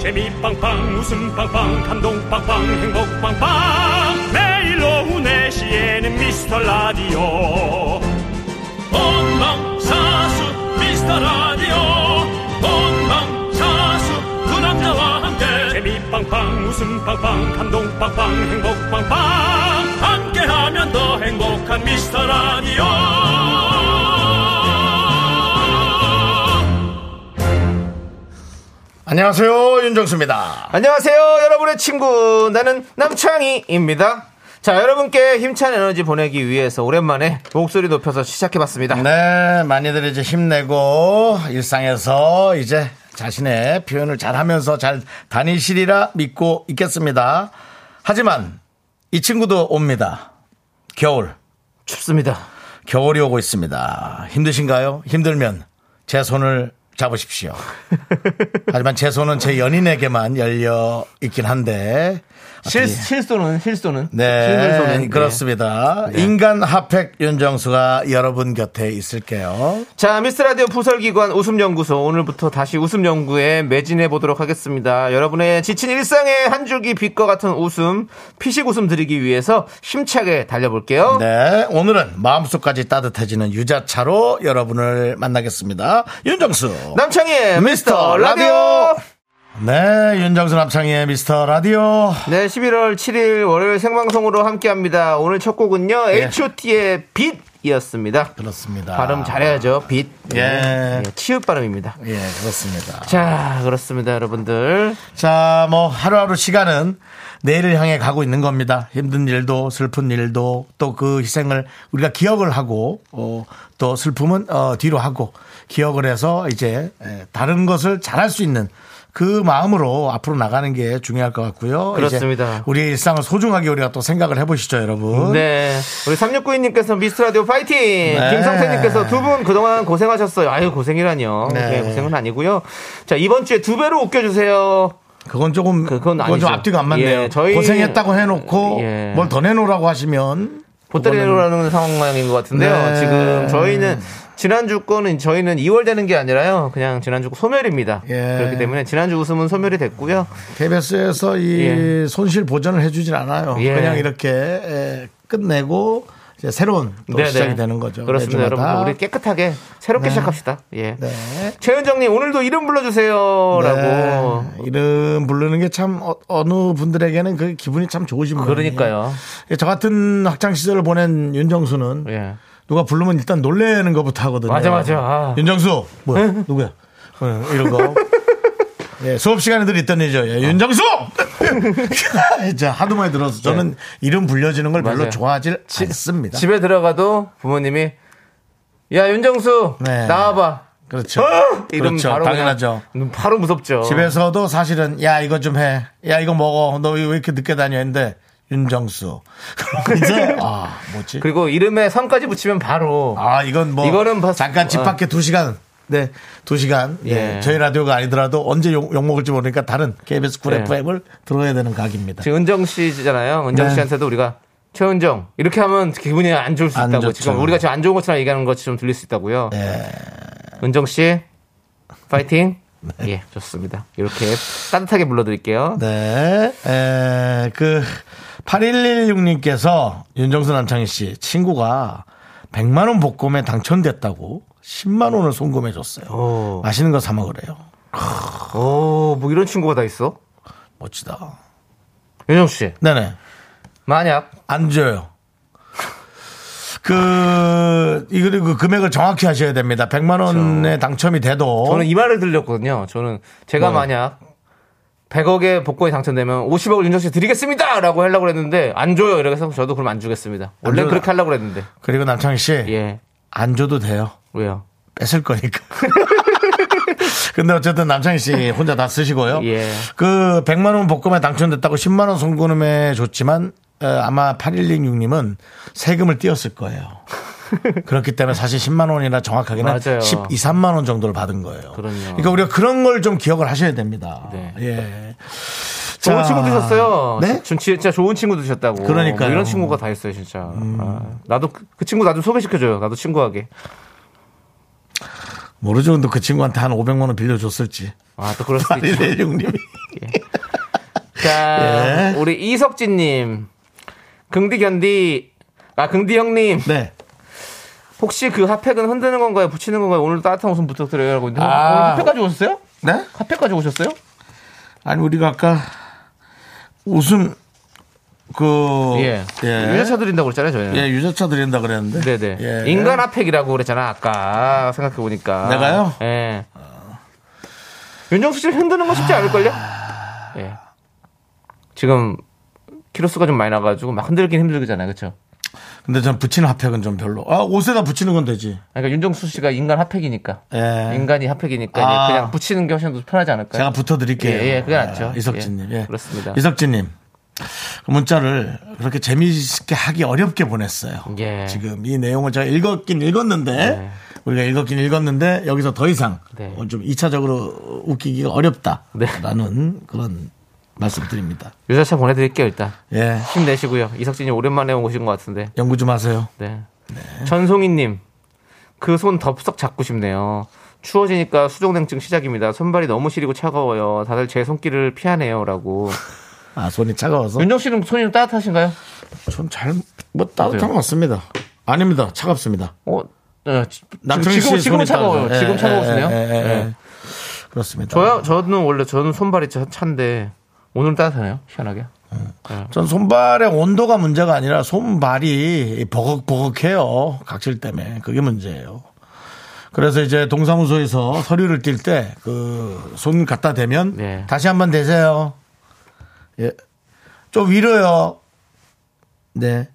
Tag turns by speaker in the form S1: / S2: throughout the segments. S1: 재미 빵빵 웃음 빵빵 감동 빵빵 행복 빵빵 매일 오후 4시에는 미스터 라디오 본방사수 미스터 라디오 본방사수 그 남자와 함께 재미 빵빵 웃음 빵빵 감동 빵빵 행복 빵빵 함께하면 더 행복한 미스터 라디오
S2: 안녕하세요 윤정수입니다.
S3: 안녕하세요, 여러분의 친구. 나는 남창희입니다. 자, 여러분께 힘찬 에너지 보내기 위해서 오랜만에 목소리 높여서 시작해봤습니다.
S2: 네 많이들 이제 힘내고 일상에서 이제 자신의 표현을 잘하면서 잘 다니시리라 믿고 있겠습니다. 하지만 이 친구도 옵니다. 겨울
S3: 춥습니다.
S2: 겨울이 오고 있습니다. 힘드신가요? 힘들면 제 손을 잡으십시오. 하지만 제 손은 제 연인에게만 열려 있긴 한데
S3: 실,
S2: 어떻게-
S3: 실소는, 실소는. 예. 네.
S2: 네, 그렇습니다. 인간 핫팩 윤정수가 여러분 곁에 있을게요.
S3: 자, 미스라디오 부설기관 웃음연구소. 오늘부터 다시 웃음연구에 매진해보도록 하겠습니다. 여러분의 지친 일상의 한 줄기 빛과 같은 웃음, 피식 웃음 드리기 위해서 힘차게 달려볼게요.
S2: 네, 오늘은 마음속까지 따뜻해지는 유자차로 여러분을 만나겠습니다. 윤정수.
S3: 남창희의 네,
S2: 미스터
S3: 미스터 라디오!
S2: 라디오. 네, 윤정수 남창희의 미스터 라디오.
S3: 네, 11월 7일 월요일 생방송으로 함께합니다. 오늘 첫 곡은요, H.O.T.의 빛이었습니다.
S2: 예. 그렇습니다.
S3: 발음 잘해야죠, 빛.
S2: 예.
S3: 네, 치읓 발음입니다.
S2: 예, 그렇습니다.
S3: 자, 그렇습니다, 여러분들.
S2: 자, 뭐 하루하루 시간은 내일을 향해 가고 있는 겁니다. 힘든 일도 슬픈 일도 또 그 희생을 우리가 기억을 하고 어, 또 슬픔은 어, 뒤로 하고 기억을 해서 이제 에, 다른 것을 잘할 수 있는 그 마음으로 앞으로 나가는 게 중요할 것 같고요. 이제
S3: 그렇습니다.
S2: 우리의 일상을 소중하게 우리가 또 생각을 해보시죠, 여러분.
S3: 네. 우리 3692님께서 미스라디오 파이팅!
S2: 음. 네.
S3: 김성태님께서 두 분 그동안 고생하셨어요. 아유, 고생이라뇨.
S2: 네.
S3: 네, 고생은 아니고요. 자, 이번 주에 두 배로 웃겨주세요.
S2: 그건 조금
S3: 그건
S2: 그건,
S3: 아니죠.
S2: 좀 앞뒤가 안 맞네요.
S3: 예, 저희-
S2: 고생했다고 해놓고
S3: 예.
S2: 뭘 더 내놓으라고 하시면
S3: 보따리로라는 상황인 것 같은데요.
S2: 네.
S3: 지금 저희는 지난주 거는 저희는 2월 되는 게 아니라요. 그냥 지난주 거 소멸입니다.
S2: 예.
S3: 그렇기 때문에 지난주 웃음은 소멸이 됐고요.
S2: KBS에서 이
S3: 예.
S2: 손실 보전을 해주질 않아요.
S3: 예.
S2: 그냥 이렇게 에, 끝내고 이제 새로운 또
S3: 네네.
S2: 시작이 되는 거죠.
S3: 그렇습니다,
S2: 매주마다.
S3: 여러분. 우리 깨끗하게 새롭게
S2: 네.
S3: 시작합시다. 예.
S2: 네.
S3: 최은정님 오늘도 이름 불러주세요라고.
S2: 네. 이름 부르는 게 참 어, 느 분들에게는 그 기분이 참 좋으신 분이에요.
S3: 그러니까요.
S2: 저 같은 학창 시절을 보낸 윤정수는
S3: 예.
S2: 누가 부르면 일단 놀래는 것부터 하거든요.
S3: 맞아, 맞아. 아.
S2: 윤정수 뭐야 누구야 어, 이런 거. 예, 수업 시간에 늘 있던 일이죠. 예, 윤정수! 자, 하도 많이 들어서 저는 이름 불려지는 걸 별로
S3: 네. 맞아요.
S2: 좋아하질 않습니다.
S3: 집에 들어가도 부모님이 야 윤정수
S2: 네.
S3: 나와봐. 어?
S2: 그렇죠.
S3: 이름
S2: 그렇죠.
S3: 바로
S2: 당연하죠.
S3: 그냥 어. 바로 무섭죠.
S2: 집에서도 사실은 야, 이거 좀 해. 야, 이거 먹어. 너 왜 이렇게 늦게 다녀? 했는데 윤정수. 그럼 이제 아, 뭐지?
S3: 그리고 이름에 성까지 붙이면 바로
S2: 아, 이건 뭐
S3: 이거는 봤-
S2: 잠깐 집
S3: 어.
S2: 밖에 두 시간 네, 두 시간. 예.
S3: 예.
S2: 저희 라디오가 아니더라도 언제 욕, 욕 먹을지 모르니까 다른 KBS 쿨
S3: 예.
S2: FM을 들어야 되는 각입니다.
S3: 지금 은정 씨잖아요. 은정
S2: 네.
S3: 씨한테도 우리가 최은정 이렇게 하면 기분이 안 좋을 수
S2: 안
S3: 있다고
S2: 좋죠. 네.
S3: 지금 우리가 지금 안 좋은 것처럼 얘기하는 것처럼 들릴 수 있다고요. 은정 씨 파이팅. 예, 좋습니다. 이렇게 따뜻하게 불러드릴게요.
S2: 네. 에, 그 8116님께서 윤정수 남창희 씨 친구가 100만 원 복권에 당첨됐다고 10만 원을 송금해 줬어요.
S3: 오.
S2: 맛있는 거 사 먹으래요.
S3: 오, 뭐 이런 친구가 다 있어?
S2: 멋지다.
S3: 윤정 씨,
S2: 네네.
S3: 만약
S2: 안 줘요. 그 이거를 그 금액을 정확히 하셔야 됩니다. 100만 원에 당첨이 돼도
S3: 그렇죠. 저는 이 말을 들렸거든요. 저는
S2: 네.
S3: 제가 만약 100억의 복권이 당첨되면 50억을 윤정 씨 드리겠습니다! 라고 하려고 했는데, 안 줘요! 이래서 저도 그럼 안 주겠습니다. 원래
S2: 줘요. 네.
S3: 그렇게 하려고 했는데.
S2: 그리고 남창희 씨 안
S3: 예.
S2: 줘도 돼요.
S3: 왜요?
S2: 뺏을 거니까. 근데 어쨌든 남창희 씨 혼자 다 쓰시고요.
S3: 예.
S2: 그 100만 원 복금에 당첨됐다고 10만 원 송금에 줬지만 어, 아마 8106님은 세금을 띄었을 거예요. 그렇기 때문에 사실 10만 원이나 정확하게는
S3: 맞아요.
S2: 12, 3만 원 정도를 받은 거예요.
S3: 그럼요.
S2: 러니까 우리가 그런 걸 좀 기억을 하셔야 됩니다.
S3: 네.
S2: 예.
S3: 좋은
S2: 자,
S3: 친구 드셨어요.
S2: 네?
S3: 진- 진짜 좋은 친구 드셨다고.
S2: 그러니까요. 음.
S3: 뭐 이런 친구가 다 있어요, 진짜. 아, 나도 그, 그 친구 나 좀 소개시켜줘요. 나도 친구하게.
S2: 모르죠. 근데 그 친구한테 한 500만 원 빌려줬을지.
S3: 아, 또 그럴 수도 있죠.
S2: 네. 8106님이.
S3: 예. 자,
S2: 예.
S3: 우리 이석진님. 긍디 견디. 아, 긍디 형님.
S2: 네.
S3: 혹시 그 핫팩은 흔드는 건가요? 붙이는 건가요? 오늘 따뜻한 웃음 부탁드려요. 라고 있는데.
S2: 아.
S3: 오늘 핫팩까지 오셨어요?
S2: 네?
S3: 핫팩까지 오셨어요?
S2: 아니 우리가 아까 웃음 그
S3: 예.
S2: 예.
S3: 유자차 드린다고 그랬잖아요, 저희는.
S2: 예, 유자차 드린다 그랬는데.
S3: 네네.
S2: 예.
S3: 인간 핫팩이라고 그랬잖아, 아까. 생각해보니까.
S2: 내가요?
S3: 예. 윤정수 씨 흔드는 거 쉽지 않을걸요?
S2: 아.
S3: 예. 지금, 키로수가 좀 많이 나가지고 막 흔들긴 힘들잖아요, 그쵸?
S2: 근데 전 붙이는 핫팩은 좀 별로. 아, 옷에다 붙이는 건 되지.
S3: 그러니까 윤정수 씨가 인간 핫팩이니까.
S2: 예.
S3: 인간이 핫팩이니까
S2: 아.
S3: 이제 그냥 붙이는 게 훨씬 더 편하지 않을까요?
S2: 제가 붙어 드릴게요.
S3: 예, 예, 그게 낫죠.
S2: 이석진 님.
S3: 예,
S2: 예.
S3: 그렇습니다.
S2: 이석진 님. 그 문자를 그렇게 재미있게 하기 어렵게 보냈어요.
S3: 예.
S2: 지금 이 내용을 제가 읽었긴 읽었는데 우리가 읽었긴 읽었는데 여기서 더 이상
S3: 네.
S2: 어, 좀 2차적으로 웃기기가 어렵다.
S3: 네.
S2: 라는 그런 말씀드립니다.
S3: 유자차 보내드릴게요, 일단.
S2: 예.
S3: 힘내시고요. 이석진이 오랜만에 오신 것 같은데.
S2: 연구 좀 하세요.
S3: 네. 전송이님, 그 손 덥석 잡고 싶네요. 추워지니까 수족냉증 시작입니다. 손발이 너무 시리고 차가워요. 다들 제 손길을 피하네요라고.
S2: 아, 손이 차가워서.
S3: 윤정 씨는 손이 좀 따뜻하신가요?
S2: 전 잘 뭐 따뜻한 것 같습니다. 아닙니다. 차갑습니다.
S3: 어, 네, 지-
S2: 남편이
S3: 지금
S2: 씨
S3: 지금
S2: 손이
S3: 차가워요.
S2: 따뜻해요.
S3: 지금
S2: 예,
S3: 차가우시네요.
S2: 예, 예, 예, 예.
S3: 예.
S2: 그렇습니다.
S3: 저요, 저는 원래 저는 손발이 차- 찬데 오늘은 따뜻하네요. 시원하게.
S2: 전 손발의 온도가 문제가 아니라 손발이 버걱버걱해요. 각질 때문에. 그게 문제예요. 그래서 이제 동사무소에서 서류를 띨 때 그 손 갖다 대면
S3: 네.
S2: 다시 한번 대세요. 예. 좀 위로요. 네.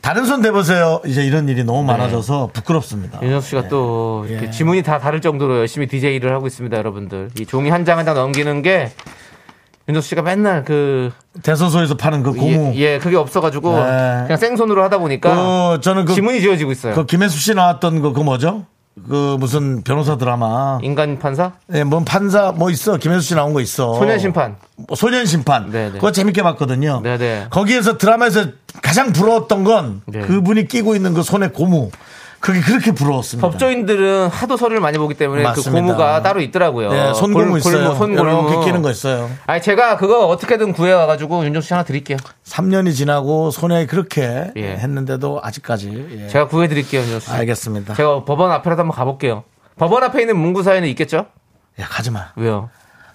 S2: 다른 손 대보세요. 이제 이런 일이
S3: 네.
S2: 너무 많아져서 부끄럽습니다.
S3: 윤정수 씨가 또 이렇게
S2: 예.
S3: 지문이 다 다를 정도로 열심히 DJ를 하고 있습니다, 여러분들. 이 종이 한 장 한 장 넘기는 게 윤정수 씨가 맨날 그
S2: 대서소에서 파는 그 고무.
S3: 예, 예, 그게 없어가지고
S2: 네.
S3: 그냥 생손으로 하다 보니까
S2: 그 저는 그,
S3: 지문이 지어지고 있어요.
S2: 그 김혜수 씨 나왔던 그, 그 뭐죠? 그 무슨 변호사 드라마.
S3: 인간 판사,
S2: 예, 뭔 판사 뭐 있어. 김혜수 씨 나온 거 있어.
S3: 소년 심판.
S2: 뭐 소년 심판.
S3: 네네.
S2: 그거 재밌게 봤거든요.
S3: 네네.
S2: 거기에서 드라마에서 가장 부러웠던 건
S3: 네.
S2: 그분이 끼고 있는 그 손의 고무. 그게 그렇게 부러웠습니다.
S3: 법조인들은 하도 서류를 많이 보기 때문에
S2: 맞습니다.
S3: 그 고무가 따로 있더라고요.
S2: 예, 손고무 있어요.
S3: 손고무
S2: 이렇게 끼는 거 있어요.
S3: 아니 제가 그거 어떻게든 구해와가지고 윤정수 씨 하나 드릴게요.
S2: 3년이 지나고 손에 그렇게
S3: 예.
S2: 했는데도 아직까지. 예.
S3: 제가 구해드릴게요, 윤정수 씨.
S2: 알겠습니다.
S3: 제가 법원 앞에라도 한번 가볼게요. 법원 앞에 있는 문구사에는 있겠죠?
S2: 야, 가지 마.
S3: 왜요?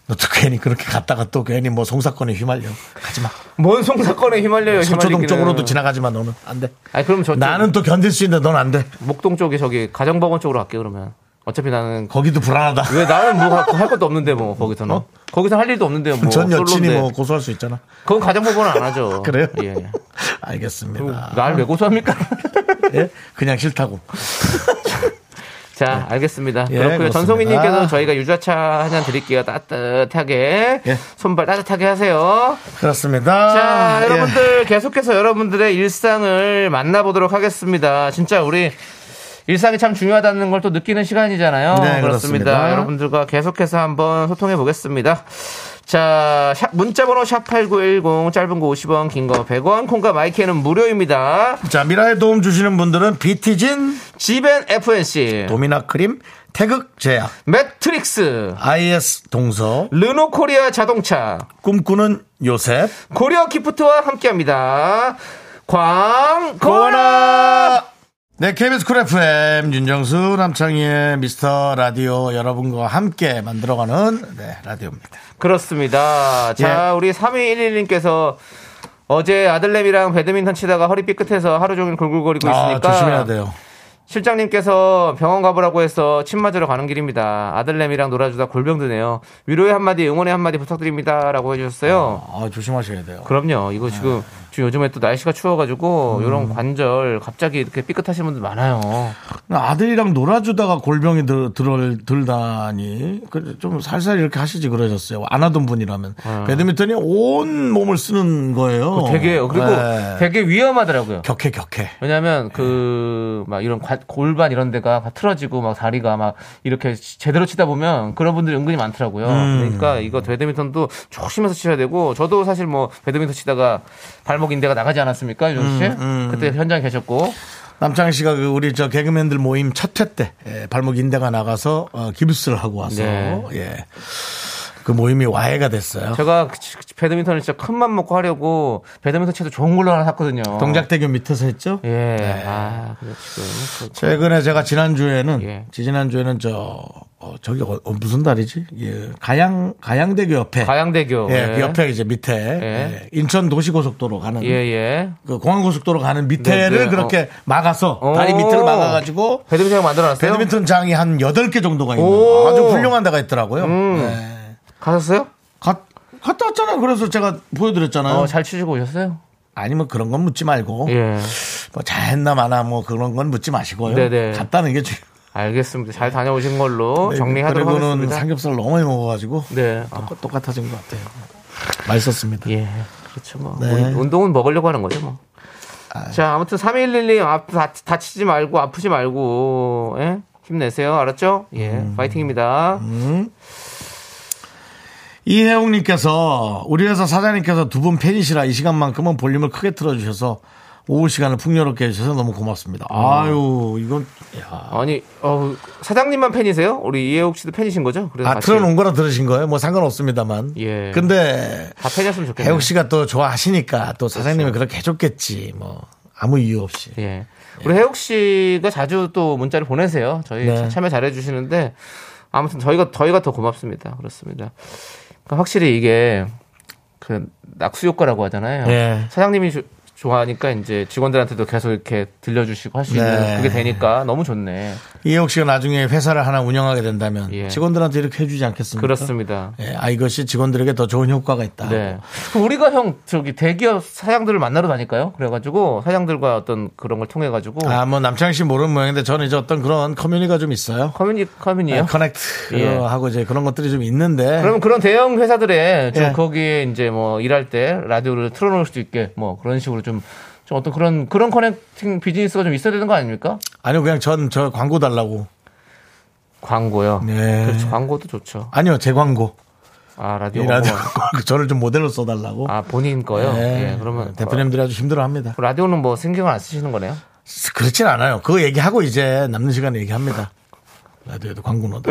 S2: 너 또 괜히 그렇게 갔다가 또 괜히 뭐 송사건에 휘말려. 가지 마.
S3: 뭔 송사건에 휘말려요.
S2: 서초동
S3: 휘말리기는.
S2: 쪽으로도 지나가지 마, 너는. 안 돼.
S3: 아니 그럼 저
S2: 나는 또 견딜 수 있는데 넌 안 돼.
S3: 목동 쪽에 저기 가정법원 쪽으로 갈게요 그러면. 어차피 나는
S2: 거기도 불안하다.
S3: 왜 나는 뭐 할 것도 없는데 뭐 거기서는
S2: 어?
S3: 거기서 할 일도 없는데 뭐
S2: 전 여친이
S3: 솔로인데.
S2: 뭐 고소할 수 있잖아.
S3: 그건 가정법원은 안 하죠
S2: 그래요?
S3: 예.
S2: 알겠습니다.
S3: 날 왜 고소합니까
S2: 예? 그냥 싫다고.
S3: 자 알겠습니다
S2: 예,
S3: 그렇고요
S2: 그렇습니다.
S3: 전송이님께서 저희가 유자차 한 잔 드릴게요 따뜻하게
S2: 예.
S3: 손발 따뜻하게 하세요
S2: 그렇습니다.
S3: 자,
S2: 예.
S3: 여러분들 계속해서 여러분들의 일상을 만나보도록 하겠습니다. 진짜 우리 일상이 참 중요하다는 걸 또 느끼는 시간이잖아요.
S2: 네, 그렇습니다.
S3: 여러분들과 계속해서 한번 소통해 보겠습니다. 자, 샵- 문자번호 샵8910 짧은 거 50원, 긴 거 100원, 콩과 마이크는 무료입니다.
S2: 자, 미라에 도움 주시는 분들은 비티진,
S3: 지벤 FNC,
S2: 도미나 크림, 태극제약,
S3: 매트릭스,
S2: IS 동서,
S3: 르노 코리아 자동차,
S2: 꿈꾸는 요셉,
S3: 고려 기프트와 함께 합니다. 광고나!
S2: 네, KBS 쿨 FM 윤정수 남창희의 미스터 라디오 여러분과 함께 만들어가는 네, 라디오입니다.
S3: 그렇습니다. 자,
S2: 예.
S3: 우리 3211님께서 어제 아들내미랑 배드민턴 치다가 허리 삐끗해서 하루 종일 골골거리고
S2: 아,
S3: 있으니까
S2: 조심해야 돼요.
S3: 실장님께서 병원 가보라고 해서 침 맞으러 가는 길입니다. 아들내미랑 놀아주다 골병 드네요. 위로의 한마디, 응원의 한마디 부탁드립니다라고 해주셨어요.
S2: 아, 네. 음. 조심하셔야 돼요.
S3: 그럼요. 이거 지금 지금 요즘에 또 날씨가 추워가지고 이런 관절 갑자기 이렇게 삐끗하신 분들 많아요.
S2: 어. 아들이랑 놀아주다가 골병이 들, 들, 들다니 그, 좀 살살 이렇게 하시지 그러셨어요. 안 하던 분이라면 배드민턴이 온 몸을 쓰는 거예요.
S3: 되게 아. 그리고
S2: 네.
S3: 되게 위험하더라고요.
S2: 격해 격해.
S3: 왜냐하면
S2: 네.
S3: 그 막 이런 관- 골반 이런 데가 막 틀어지고 막 다리가 막 이렇게 치- 제대로 치다 보면 그런 분들이 은근히 많더라고요.
S2: 음.
S3: 그러니까 이거 배드민턴도 조심해서 치셔야 되고 저도 사실 뭐 배드민턴 치다가 발목 인대가 나가지 않았습니까, 윤 씨?
S2: 음,
S3: 그때 현장에 계셨고
S2: 남창희 씨가 그 우리 저 개그맨들 모임 예, 첫 회 때 발목 인대가 나가서 어, 기부스를 하고 와서
S3: 네.
S2: 예. 그 모임이 와해가 됐어요.
S3: 제가 그 치- 배드민턴을 진짜 큰 맘 먹고 하려고 배드민턴 채도 좋은 걸로 하나 샀거든요.
S2: 동작대교 네. 밑에서 했죠?
S3: 예. 아, 그래 지금.
S2: 최근에 제가 지난주에는
S3: 예.
S2: 지난주에는 저 어, 저기 어, 어, 무슨 달이지? 예. 가양 가양대교 옆에
S3: 가양대교.
S2: 예, 그 옆에 이제 밑에 예, 인천 도시고속도로 가는
S3: 예, 예.
S2: 그 공항고속도로 가는 밑에를
S3: 네, 네.
S2: 그렇게 막아서 다리
S3: 오.
S2: 밑을 막아 가지고
S3: 배드민턴 만들어 놨어요?
S2: 배드민턴 장이 한 8개 정도가 있는
S3: 오. 음.
S2: 아주 훌륭한 데가 있더라고요. 네.
S3: 가셨어요?
S2: 갔, 갔다 왔잖아요. 그래서 제가 보여드렸잖아요.
S3: 어, 잘 치시고 오셨어요?
S2: 아니면 뭐 그런 건 묻지 말고
S3: 예.
S2: 뭐 잘했나 마나 뭐 그런 건 묻지 마시고요.
S3: 네네.
S2: 갔다는 게 중요.
S3: 알겠습니다. 잘 다녀오신 걸로 정리하도록
S2: 네, 그리고는
S3: 하겠습니다.
S2: 삼겹살 너무 많이 먹어가지고
S3: 네. 아,
S2: 똑- 똑같아진 것 같아요. 맛있었습니다.
S3: 예. 그렇죠. 뭐.
S2: 네.
S3: 운- 운동은 먹으려고 하는 거죠, 뭐. 자, 아무튼 3111님 아, 다, 다치지 말고 아프지 말고 예? 힘내세요. 알았죠? 예.
S2: 음.
S3: 파이팅입니다.
S2: 이혜웅님께서 우리 회사 사장님께서 두 분 팬이시라 이 시간만큼은 볼륨을 크게 틀어주셔서 오후 시간을 풍요롭게 해주셔서 너무 고맙습니다.
S3: 음.
S2: 아유 이건 야.
S3: 아니, 어우, 사장님만 팬이세요? 우리 이해욱 씨도 팬이신 거죠? 그래서
S2: 아
S3: 같이
S2: 틀어놓은 거라 들으신 거예요? 뭐 상관없습니다만.
S3: 예.
S2: 근데
S3: 다 팬이었으면 좋겠네요. 그렇죠.
S2: 혜욱 씨가 또 좋아하시니까 또 사장님이 그렇게 해줬겠지 뭐 아무 이유 없이.
S3: 예. 우리 혜욱 씨가 자주 또 문자를 보내세요. 저희
S2: 네.
S3: 참여 잘해 주시는데 아무튼 저희가 저희가 더 고맙습니다. 그렇습니다. 그러니까 확실히 이게 그 낙수 효과라고 하잖아요.
S2: 네.
S3: 사장님이 조- 좋아하니까 이제 직원들한테도 계속 이렇게 들려주시고 할 수
S2: 네.
S3: 있는 그게 되니까 너무 좋네.
S2: 이혜욱 씨가 나중에 회사를 하나 운영하게 된다면
S3: 예.
S2: 직원들한테 이렇게 해주지 않겠습니까? 아.
S3: 그렇습니다.
S2: 예, 아 이것이 직원들에게 더 좋은 효과가 있다.
S3: 네. 그 우리가 형 저기 대기업 사장들을 만나러 다닐까요? 그래가지고 사장들과 어떤 그런 걸 통해 가지고
S2: 아, 뭐 남창희 씨 모르는 모양인데 저는 이제 어떤 그런 커뮤니가 좀 있어요.
S3: 커뮤니 커뮤니요.
S2: 네, 커넥트
S3: 예.
S2: 하고 이제 그런 것들이 좀 있는데
S3: 그러면 그런 대형 회사들의 좀
S2: 예.
S3: 거기에 이제 뭐 일할 때 라디오를 틀어놓을 수도 있게 뭐 그런 식으로 좀, 좀 어떤 그런 그런 커넥팅 비즈니스가 좀 있어야 되는 거 아닙니까?
S2: 아니요 그냥 전 저 광고 달라고.
S3: 광고요.
S2: 네.
S3: 그렇죠. 광고도 좋죠.
S2: 아니요 제 광고.
S3: 아 라디오.
S2: 이 라디오
S3: 광고.
S2: 광고. 저를 좀 모델로 써달라고.
S3: 아 본인 거요.
S2: 네.
S3: 예. 그러면
S2: 대표님들이 아주 힘들어합니다.
S3: 어, 라디오는 뭐 신경을 안 쓰시는 거네요.
S2: 그렇진 않아요. 그거 얘기하고 이제 남는 시간에 얘기합니다. 라디오에도 광고 넣어.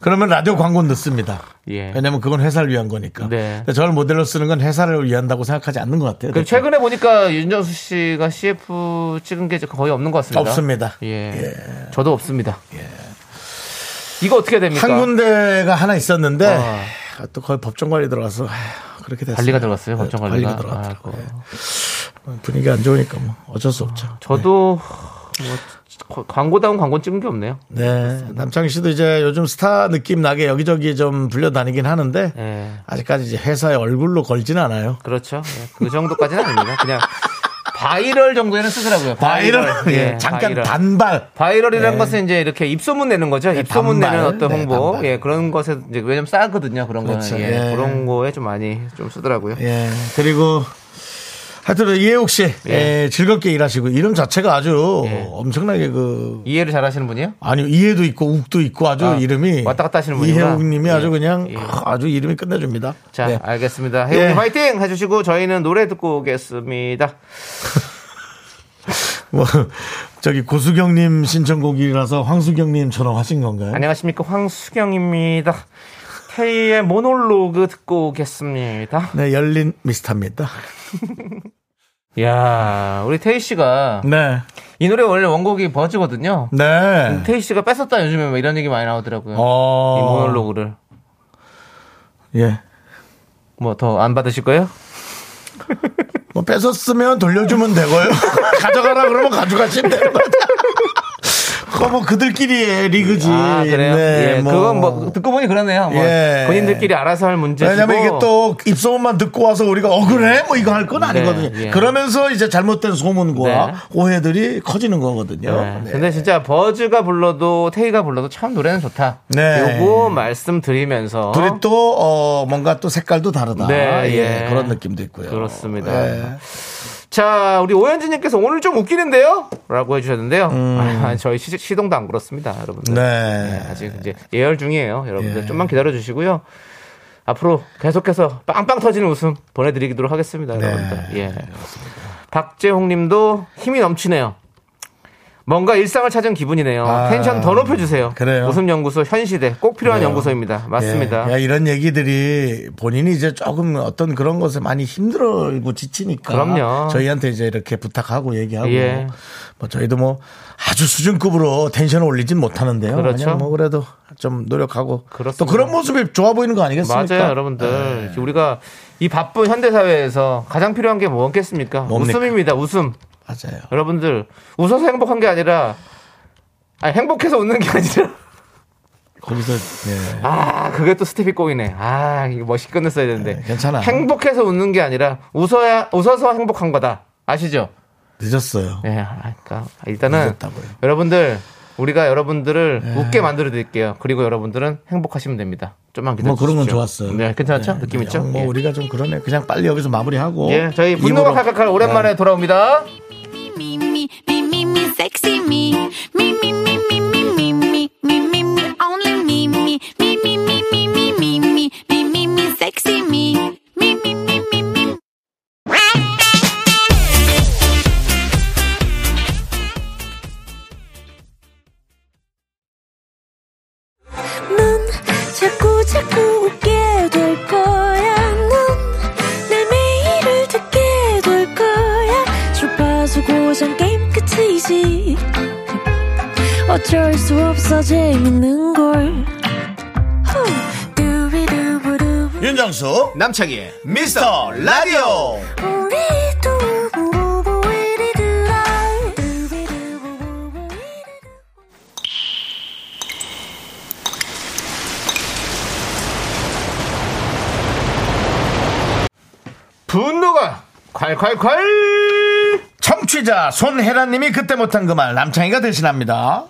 S2: 그러면 라디오 광고 넣습니다.
S3: 예.
S2: 왜냐면 그건 회사를 위한 거니까.
S3: 네.
S2: 근데 저를 모델로 쓰는 건 회사를 위한다고 생각하지 않는 것 같아요.
S3: 그 최근에 보니까 윤정수 씨가 CF 찍은 게 이제 거의 없는 것 같습니다.
S2: 없습니다. 예.
S3: 예. 저도 없습니다. 이거 어떻게 해야 됩니까?
S2: 한 군데가 하나 있었는데
S3: 그러니까. 아.
S2: 아, 또 거의 법정 관리 들어가서 아휴, 그렇게 됐어요.
S3: 관리가 들어갔어요.
S2: 네,
S3: 걱정 관리가.
S2: 들어갔더라고요.
S3: 아이고.
S2: 분위기 안 좋으니까 뭐 어쩔 수
S3: 아,
S2: 없죠.
S3: 저도 뭐 거- 광고다운 광고 찍은 게 없네요.
S2: 네, 남창희 씨도 이제 요즘 스타 느낌 나게 여기저기 좀 불려 다니긴 하는데
S3: 예.
S2: 아직까지 이제 회사의 얼굴로 걸진 않아요.
S3: 그렇죠. 예, 그 정도까지는 아닙니다. 그냥 바이럴 정도에는 쓰더라고요.
S2: 바이럴, 예, 잠깐
S3: 바이럴.
S2: 단발.
S3: 바이럴이라는
S2: 예.
S3: 것은 이제 이렇게 입소문 내는 거죠. 입소문
S2: 반발.
S3: 내는 어떤
S2: 네,
S3: 홍보.
S2: 반발.
S3: 예, 그런 것에 이제 왜냐면 싸거든요. 그런
S2: 그렇죠.
S3: 거는. 예,
S2: 예.
S3: 그런 거에 좀 많이 좀 쓰더라고요.
S2: 예, 그리고 하여튼 이해욱 씨
S3: 예.
S2: 예, 즐겁게 일하시고 이름 자체가 아주
S3: 예.
S2: 엄청나게 그
S3: 이해를 잘 하시는 분이요?
S2: 아니요 이해도 있고 욱도 있고 아주
S3: 아,
S2: 이름이
S3: 왔다 갔다 하시는 분이구나.
S2: 이해욱님이
S3: 예,
S2: 아주 그냥
S3: 예.
S2: 아, 아주 이름이 끝내줍니다.
S3: 자, 아.
S2: 네.
S3: 알겠습니다. 혜윤님
S2: 예.
S3: 화이팅 해주시고 저희는 노래 듣고 오겠습니다.
S2: 네. 뭐 저기 고수경님 신청곡이라서 황수경님처럼 하신 건가요?
S3: 안녕하십니까 황수경입니다. 테이의 모놀로그 듣고 오겠습니다.
S2: 네, 열린 미스터입니다.
S3: 야 우리 테이 씨가
S2: 네,
S3: 이 노래 원래 원곡이 버즈거든요.
S2: 네.
S3: 테이 씨가 뺏었다 요즘에 막 이런 얘기 많이 나오더라고요.
S2: 어,
S3: 이 모놀로그를
S2: 예.
S3: 뭐 더 안 받으실 거예요?
S2: 뭐 뺏었으면 돌려주면 되고요. 가져가라 그러면 가져가시면 되는 거죠. 그거 뭐 그들끼리의 리그지.
S3: 아 그래요?
S2: 네,
S3: 예, 그건 뭐 듣고 보니 그러네요. 뭐
S2: 예.
S3: 본인들끼리 알아서 할 문제고.
S2: 왜냐면 이게 또 입소문만 듣고 와서 우리가 억울해? 뭐 이거 할 건 아니거든요.
S3: 예.
S2: 그러면서 이제 잘못된 소문과
S3: 네.
S2: 오해들이 커지는 거거든요. 네.
S3: 근데 진짜 버즈가 불러도 테이가 불러도 참 노래는 좋다.
S2: 네.
S3: 요거 말씀드리면서
S2: 둘이 또, 어, 뭔가 또 색깔도 다르다.
S3: 네,
S2: 예,
S3: 예.
S2: 그런 느낌도 있고요.
S3: 그렇습니다.
S2: 예.
S3: 자, 우리 오현진님께서 오늘 좀 웃기는데요? 라고 해주셨는데요. 아, 저희 시, 시동도 안 그렇습니다, 여러분들.
S2: 음. 네.
S3: 아직 이제 예열 중이에요. 여러분들
S2: 예.
S3: 좀만 기다려주시고요. 앞으로 계속해서 빵빵 터지는 웃음 보내드리도록
S2: 네.
S3: 하겠습니다, 여러분들. 예. 박재홍 님도 힘이 넘치네요. 뭔가 일상을 찾은 기분이네요.
S2: 아,
S3: 텐션 더 높여주세요.
S2: 그래요?
S3: 웃음 연구소 현시대 꼭 필요한
S2: 그래요.
S3: 연구소입니다. 맞습니다.
S2: 예, 야, 이런 얘기들이 본인이 이제 조금 어떤 그런 것에 많이 힘들고 지치니까
S3: 그럼요.
S2: 저희한테 이제 이렇게 부탁하고 얘기하고
S3: 예.
S2: 뭐 저희도 뭐 아주 수준급으로 텐션을 올리진 못하는데요.
S3: 그렇죠.
S2: 그냥 뭐 그래도 좀 노력하고
S3: 그렇습니다.
S2: 또 그런 모습이 좋아 보이는 거 아니겠습니까? 네.
S3: 맞아요, 여러분들. 우리가 이 바쁜 현대 사회에서 가장 필요한 게 뭐겠습니까?
S2: 뭡니까?
S3: 웃음입니다. 웃음.
S2: 맞아요.
S3: 여러분들 웃어서 행복한 게 아니라 아니, 행복해서 웃는 게 아니라
S2: 거기서 예.
S3: 아 그게 또 스티비 꼬이네. 아 이거 멋있게 끝냈어야 되는데.
S2: 네, 괜찮아.
S3: 행복해서 웃는 게 아니라 웃어야 웃어서 행복한 거다. 아시죠?
S2: 늦었어요.
S3: 예. 아, 그러니까 일단은
S2: 늦었다고요. 네.
S3: 여러분들 우리가 여러분들을 웃게 만들어 드릴게요. 그리고 여러분들은 행복하시면 됩니다. 좀만 기다려
S2: 뭐
S3: 주시죠.
S2: 그런 건 좋았어요.
S3: 네, 괜찮았죠?
S2: 네,
S3: 느낌
S2: 네.
S3: 있죠?
S2: 뭐
S3: 예.
S2: 우리가 좀 그러네. 그냥 빨리 여기서 마무리하고.
S3: 예, 저희 분노가
S2: 입으로- 네.
S3: 칼칼칼 오랜만에 돌아옵니다.
S4: me, me, me, me, me, sexy me. Me, me, me, me, me, me, me, me, me, me, only me, me, me, me, me, me, me, me, me, me, me, me, sexy me. Me, me, me, me, me.
S5: 넌 자꾸 자꾸 웃게 될 거야. 넌내 매일을 듣게 될 거야. 주파수 고정 게임 끝이지. 어쩔 수 없어 재밌는 걸. 후. 두비두부두.
S2: 윤정수
S3: 남창희의
S2: 미스터 라디오.
S5: 우리 두부부부 우리 두라. 두비두부부부 우리 두라.
S3: 분노가 콸콸콸!
S2: 청취자 손혜란님이 그때 못한 그 말 남창희가 대신합니다.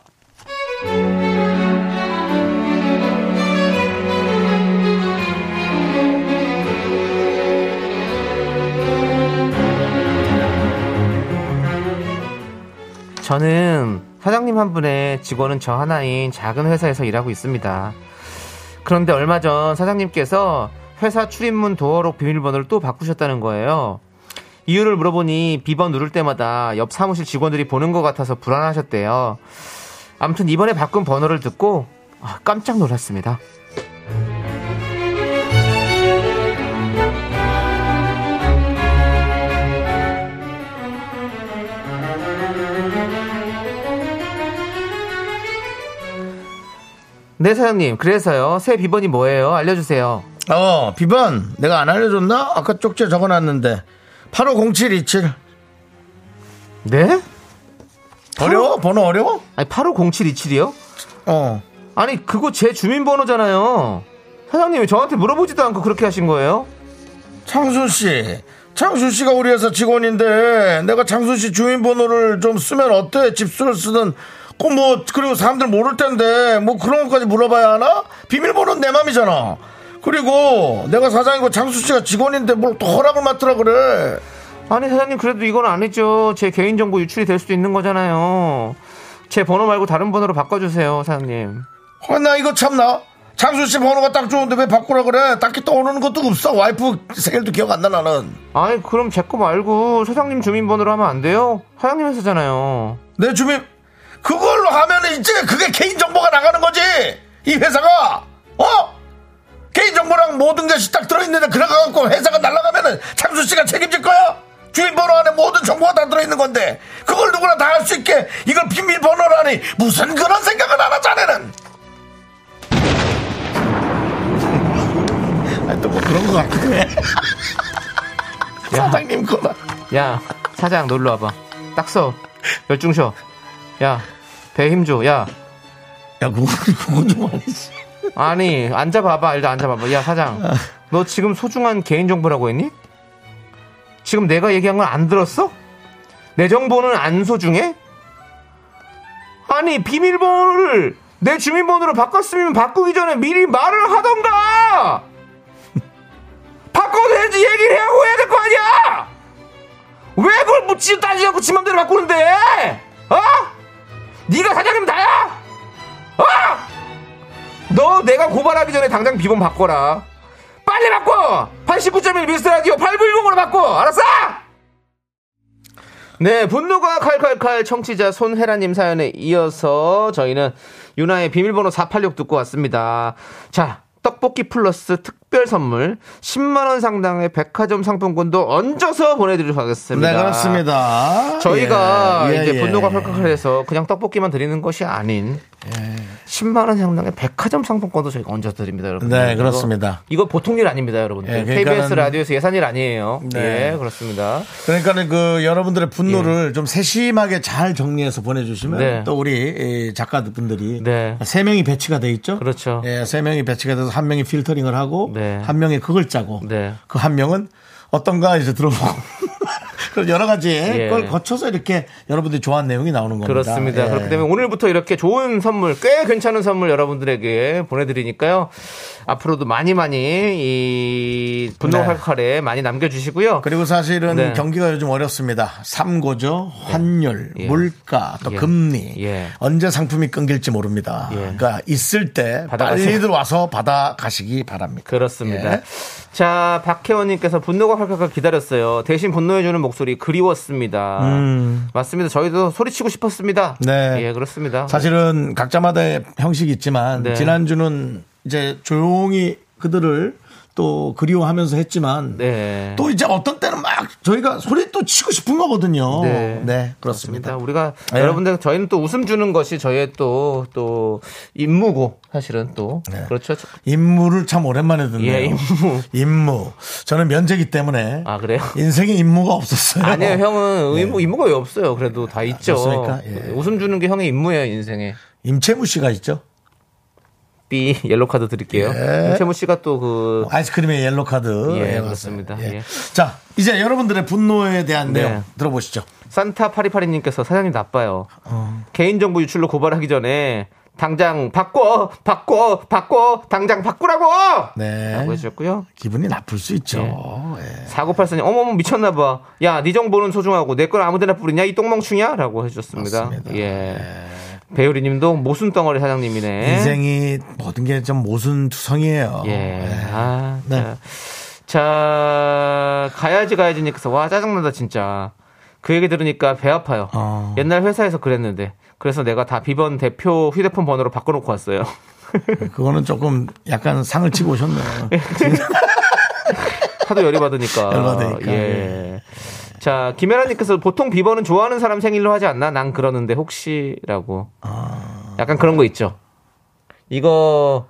S3: 저는 사장님 한 분의 직원은 저 하나인 작은 회사에서 일하고 있습니다. 그런데 얼마 전 사장님께서 회사 출입문 도어록 비밀번호를 또 바꾸셨다는 거예요. 이유를 물어보니 비번 누를 때마다 옆 사무실 직원들이 보는 것 같아서 불안하셨대요. 아무튼 이번에 바꾼 번호를 듣고 아, 깜짝 놀랐습니다. 네 사장님 그래서요 새 비번이 뭐예요 알려주세요.
S2: 어, 비번 내가 안 알려줬나? 아까 쪽지에 적어놨는데 850727
S3: 네?
S2: 어려워? 번호 어려워?
S3: 아니 850727이요?
S2: 어
S3: 아니 그거 제 주민번호잖아요. 사장님이 저한테 물어보지도 않고 그렇게 하신 거예요?
S2: 창순씨 창순씨가 우리 회사 직원인데 내가 창순씨 주민번호를 좀 쓰면 어때? 집수를 쓰든 꼭 뭐 그리고 사람들 모를 텐데 뭐 그런 것까지 물어봐야 하나? 비밀번호는 내 맘이잖아 그리고 내가 사장이고 창순씨가 직원인데 뭘 또 허락을 맡으라 그래
S3: 아니 사장님 그래도 이건 아니죠. 제 개인정보 유출이 될 수도 있는 거잖아요. 제 번호 말고 다른 번호로 바꿔주세요 사장님.
S2: 아, 나 이거 참나. 장수 씨 번호가 딱 좋은데 왜 바꾸라 그래? 딱히 떠오르는 것도 없어. 와이프 생일도 기억 안 나, 나는.
S3: 아니 그럼 제 거 말고 사장님 주민번호로 하면 안 돼요? 사장님 회사잖아요.
S2: 내 주민, 그걸로 하면 이제 그게 개인정보가 나가는 거지! 이 회사가! 어? 개인정보랑 모든 것이 딱 들어있는데, 그래가갖고 회사가 날아가면은 장수 씨가 책임질 거야? 주민번호 안에 모든 정보가 다 들어있는 건데, 그걸 누구나 다 할 수 있게 이걸 비밀번호라니, 무슨 그런 생각을 안 하자, 내는! 아, 또뭐 그런 거 같기도 해. 사장님 거다.
S3: 야 사장 놀러 와봐. 딱서 열중 쉬어. 야배 힘줘. 야
S2: 야, 그건, 그건 좀 아니지.
S3: 아니 앉아봐봐 일단 앉아봐봐 야 사장 너 지금 소중한 개인정보라고 했니? 지금 내가 얘기한 건 안 들었어? 내 정보는 안 소중해? 아니 비밀번호를 내 주민번호로 바꿨으면 바꾸기 전에 미리 말을 하던가 바꿔도 되는지 얘기를 해야 해야 될 거 아니야 왜 그걸 묻지 따지고 지 맘대로 바꾸는데 어? 네가 사장님 나야? 어? 너 내가 고발하기 전에 당장 비번 바꿔라. 빨리 바꿔! 89.1 미스터 라디오 8부일공으로 바꿔! 알았어? 네, 분노가 칼칼칼 청취자 손혜라님 사연에 이어서 저희는 유나의 비밀번호 486 듣고 왔습니다. 자, 떡볶이 플러스 특별 선물 10만원 상당의 백화점 상품권도 얹어서 보내드리도록 하겠습니다.
S2: 네, 그렇습니다.
S3: 저희가
S2: 예, 예,
S3: 이제
S2: 예.
S3: 분노가 칼칼칼해서 그냥 떡볶이만 드리는 것이 아닌
S2: 예.
S3: 10만원 상당의 백화점 상품권도 저희가 얹어 드립니다, 여러분.
S2: 네, 그렇습니다.
S3: 이거 보통 일 아닙니다, 여러분들.
S2: 예, 그러니까는-
S3: KBS 라디오에서 예산일 아니에요.
S2: 네.
S3: 예, 그렇습니다.
S2: 그러니까는 그 여러분들의 분노를 좀 세심하게 잘 정리해서 보내주시면
S3: 예. 네.
S2: 또 우리 이 작가분들이
S3: 네.
S2: 세 명이 배치가 돼 있죠.
S3: 그렇죠.
S2: 예, 세 명이 배치가 돼서 한 명이 필터링을 하고
S3: 네.
S2: 한 명이 그걸 짜고
S3: 네.
S2: 그 한 명은 어떤가 이제 들어보고 그런 여러 가지
S3: 예.
S2: 걸 거쳐서 이렇게 여러분들이 좋아하는 내용이 나오는 겁니다.
S3: 그렇습니다.
S2: 예.
S3: 그렇기 때문에 오늘부터 이렇게 좋은 선물, 꽤 괜찮은 선물 여러분들에게 보내드리니까요. 앞으로도 많이 많이 이 분노
S2: 네.
S3: 활칼에 많이 남겨주시고요.
S2: 그리고 사실은
S3: 네.
S2: 경기가 요즘 어렵습니다. 삼고죠. 환율,
S3: 예.
S2: 물가, 또
S3: 예.
S2: 금리.
S3: 예.
S2: 언제 상품이 끊길지 모릅니다.
S3: 예.
S2: 그러니까 있을 때
S3: 받아가세요.
S2: 빨리 들어와서 받아 가시기 바랍니다.
S3: 그렇습니다.
S2: 예.
S3: 자, 박혜원님께서 분노가 활칼칼 기다렸어요. 대신 분노해주는 목소리 그리웠습니다. 맞습니다. 저희도 소리치고 싶었습니다.
S2: 음. 네.
S3: 예, 그렇습니다.
S2: 사실은 각자마다의 형식이 있지만
S3: 네.
S2: 지난주는 이제 조용히 그들을 또 그리워하면서 했지만
S3: 네.
S2: 또 이제 어떤 때는 막 저희가 소리 또 치고 싶은 거거든요.
S3: 네.
S2: 네, 그렇습니다.
S3: 있습니다. 우리가
S2: 예.
S3: 여러분들 저희는 또 웃음 주는 것이 저희의 또 또 임무고 사실은 또
S2: 네.
S3: 그렇죠.
S2: 임무를 참 오랜만에 듣네요.
S3: 예, 임무.
S2: 임무. 저는 면제기 때문에
S3: 아 그래요?
S2: 인생에 임무가 없었어요.
S3: 아니요 형은 임무 임무가 왜 없어요? 그래도 다 있죠.
S2: 예. 그렇습니까? 예.
S3: 웃음 주는 게 형의 임무예요 인생에.
S2: 임채무 씨가 있죠.
S3: B 옐로 카드 드릴게요.
S2: 예.
S3: 최모 씨가 또 그
S2: 아이스크림의 옐로 카드.
S3: 예,
S2: 맞아요.
S3: 그렇습니다. 예.
S2: 자, 이제 여러분들의 분노에 대한
S3: 네.
S2: 내용 들어보시죠.
S3: 산타 파리파리님께서 사장님 나빠요.
S2: 어.
S3: 개인정보 유출로 고발하기 전에 당장 바꿔 바꿔 바꿔 당장 바꾸라고.
S2: 네.
S3: 라고 해주셨고요.
S2: 기분이 나쁠 수 있죠. 예.
S3: 4984님, 어머머, 미쳤나봐. 야, 네 정보는 소중하고, 내 건 아무데나 뿌리냐? 이 똥멍충이야? 라고 해주셨습니다.
S2: 맞습니다. 네.
S3: 예. 배우리 님도 모순덩어리 사장님이네.
S2: 인생이 모든 게 좀 모순투성이에요.
S3: 예.
S2: 예.
S3: 아,
S2: 네.
S3: 자. 자, 가야지, 가야지 님께서, 와, 짜증난다, 진짜. 그 얘기 들으니까 배 아파요.
S2: 어.
S3: 옛날 회사에서 그랬는데. 그래서 내가 다 비번 대표 휴대폰 번호로 바꿔놓고 왔어요.
S2: 그거는 조금 약간 상을 치고 오셨네요.
S3: 예. 하도 열이 받으니까.
S2: 열받으니까.
S3: 예. 자, 김혜라님께서 보통 비번은 좋아하는 사람 생일로 하지 않나? 난 그러는데 혹시라고. 약간 그런 거 있죠. 이거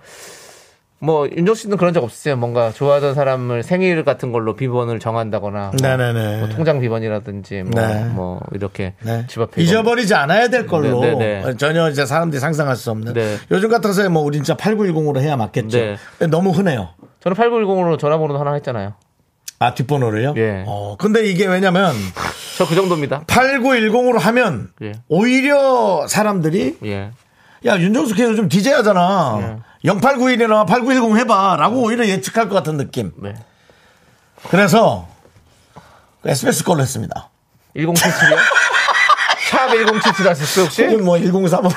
S3: 뭐 윤종 씨는 그런 적 없으세요? 뭔가 좋아하던 사람을 생일 같은 걸로 비번을 정한다거나 뭐
S2: 네네네.
S3: 통장 비번이라든지 뭐,
S2: 네.
S3: 뭐 이렇게
S2: 네.
S3: 집 앞에
S2: 잊어버리지 않아야 될 걸로
S3: 네, 네, 네.
S2: 전혀 이제 사람들이 상상할 수 없는
S3: 네.
S2: 요즘 같아서 뭐 우린 진짜 8910으로 해야 맞겠죠.
S3: 네.
S2: 근데 너무 흔해요.
S3: 저는 8910으로 전화번호 하나 했잖아요.
S2: 아 뒷번호를요?
S3: 예.
S2: 어 근데 이게 왜냐면
S3: 저 그 정도입니다.
S2: 8910으로 하면
S3: 예. 오히려
S2: 오히려 사람들이
S3: 예.
S2: 야 윤정수 걔 요즘 DJ 하잖아. 0891이나 8910 해봐라고 오히려 예측할 것 같은 느낌.
S3: 네.
S2: 그래서 SBS 걸로 했습니다.
S3: 1077이요? 샵 1077 하셨어요, 혹시?
S2: 혹은 뭐 1035.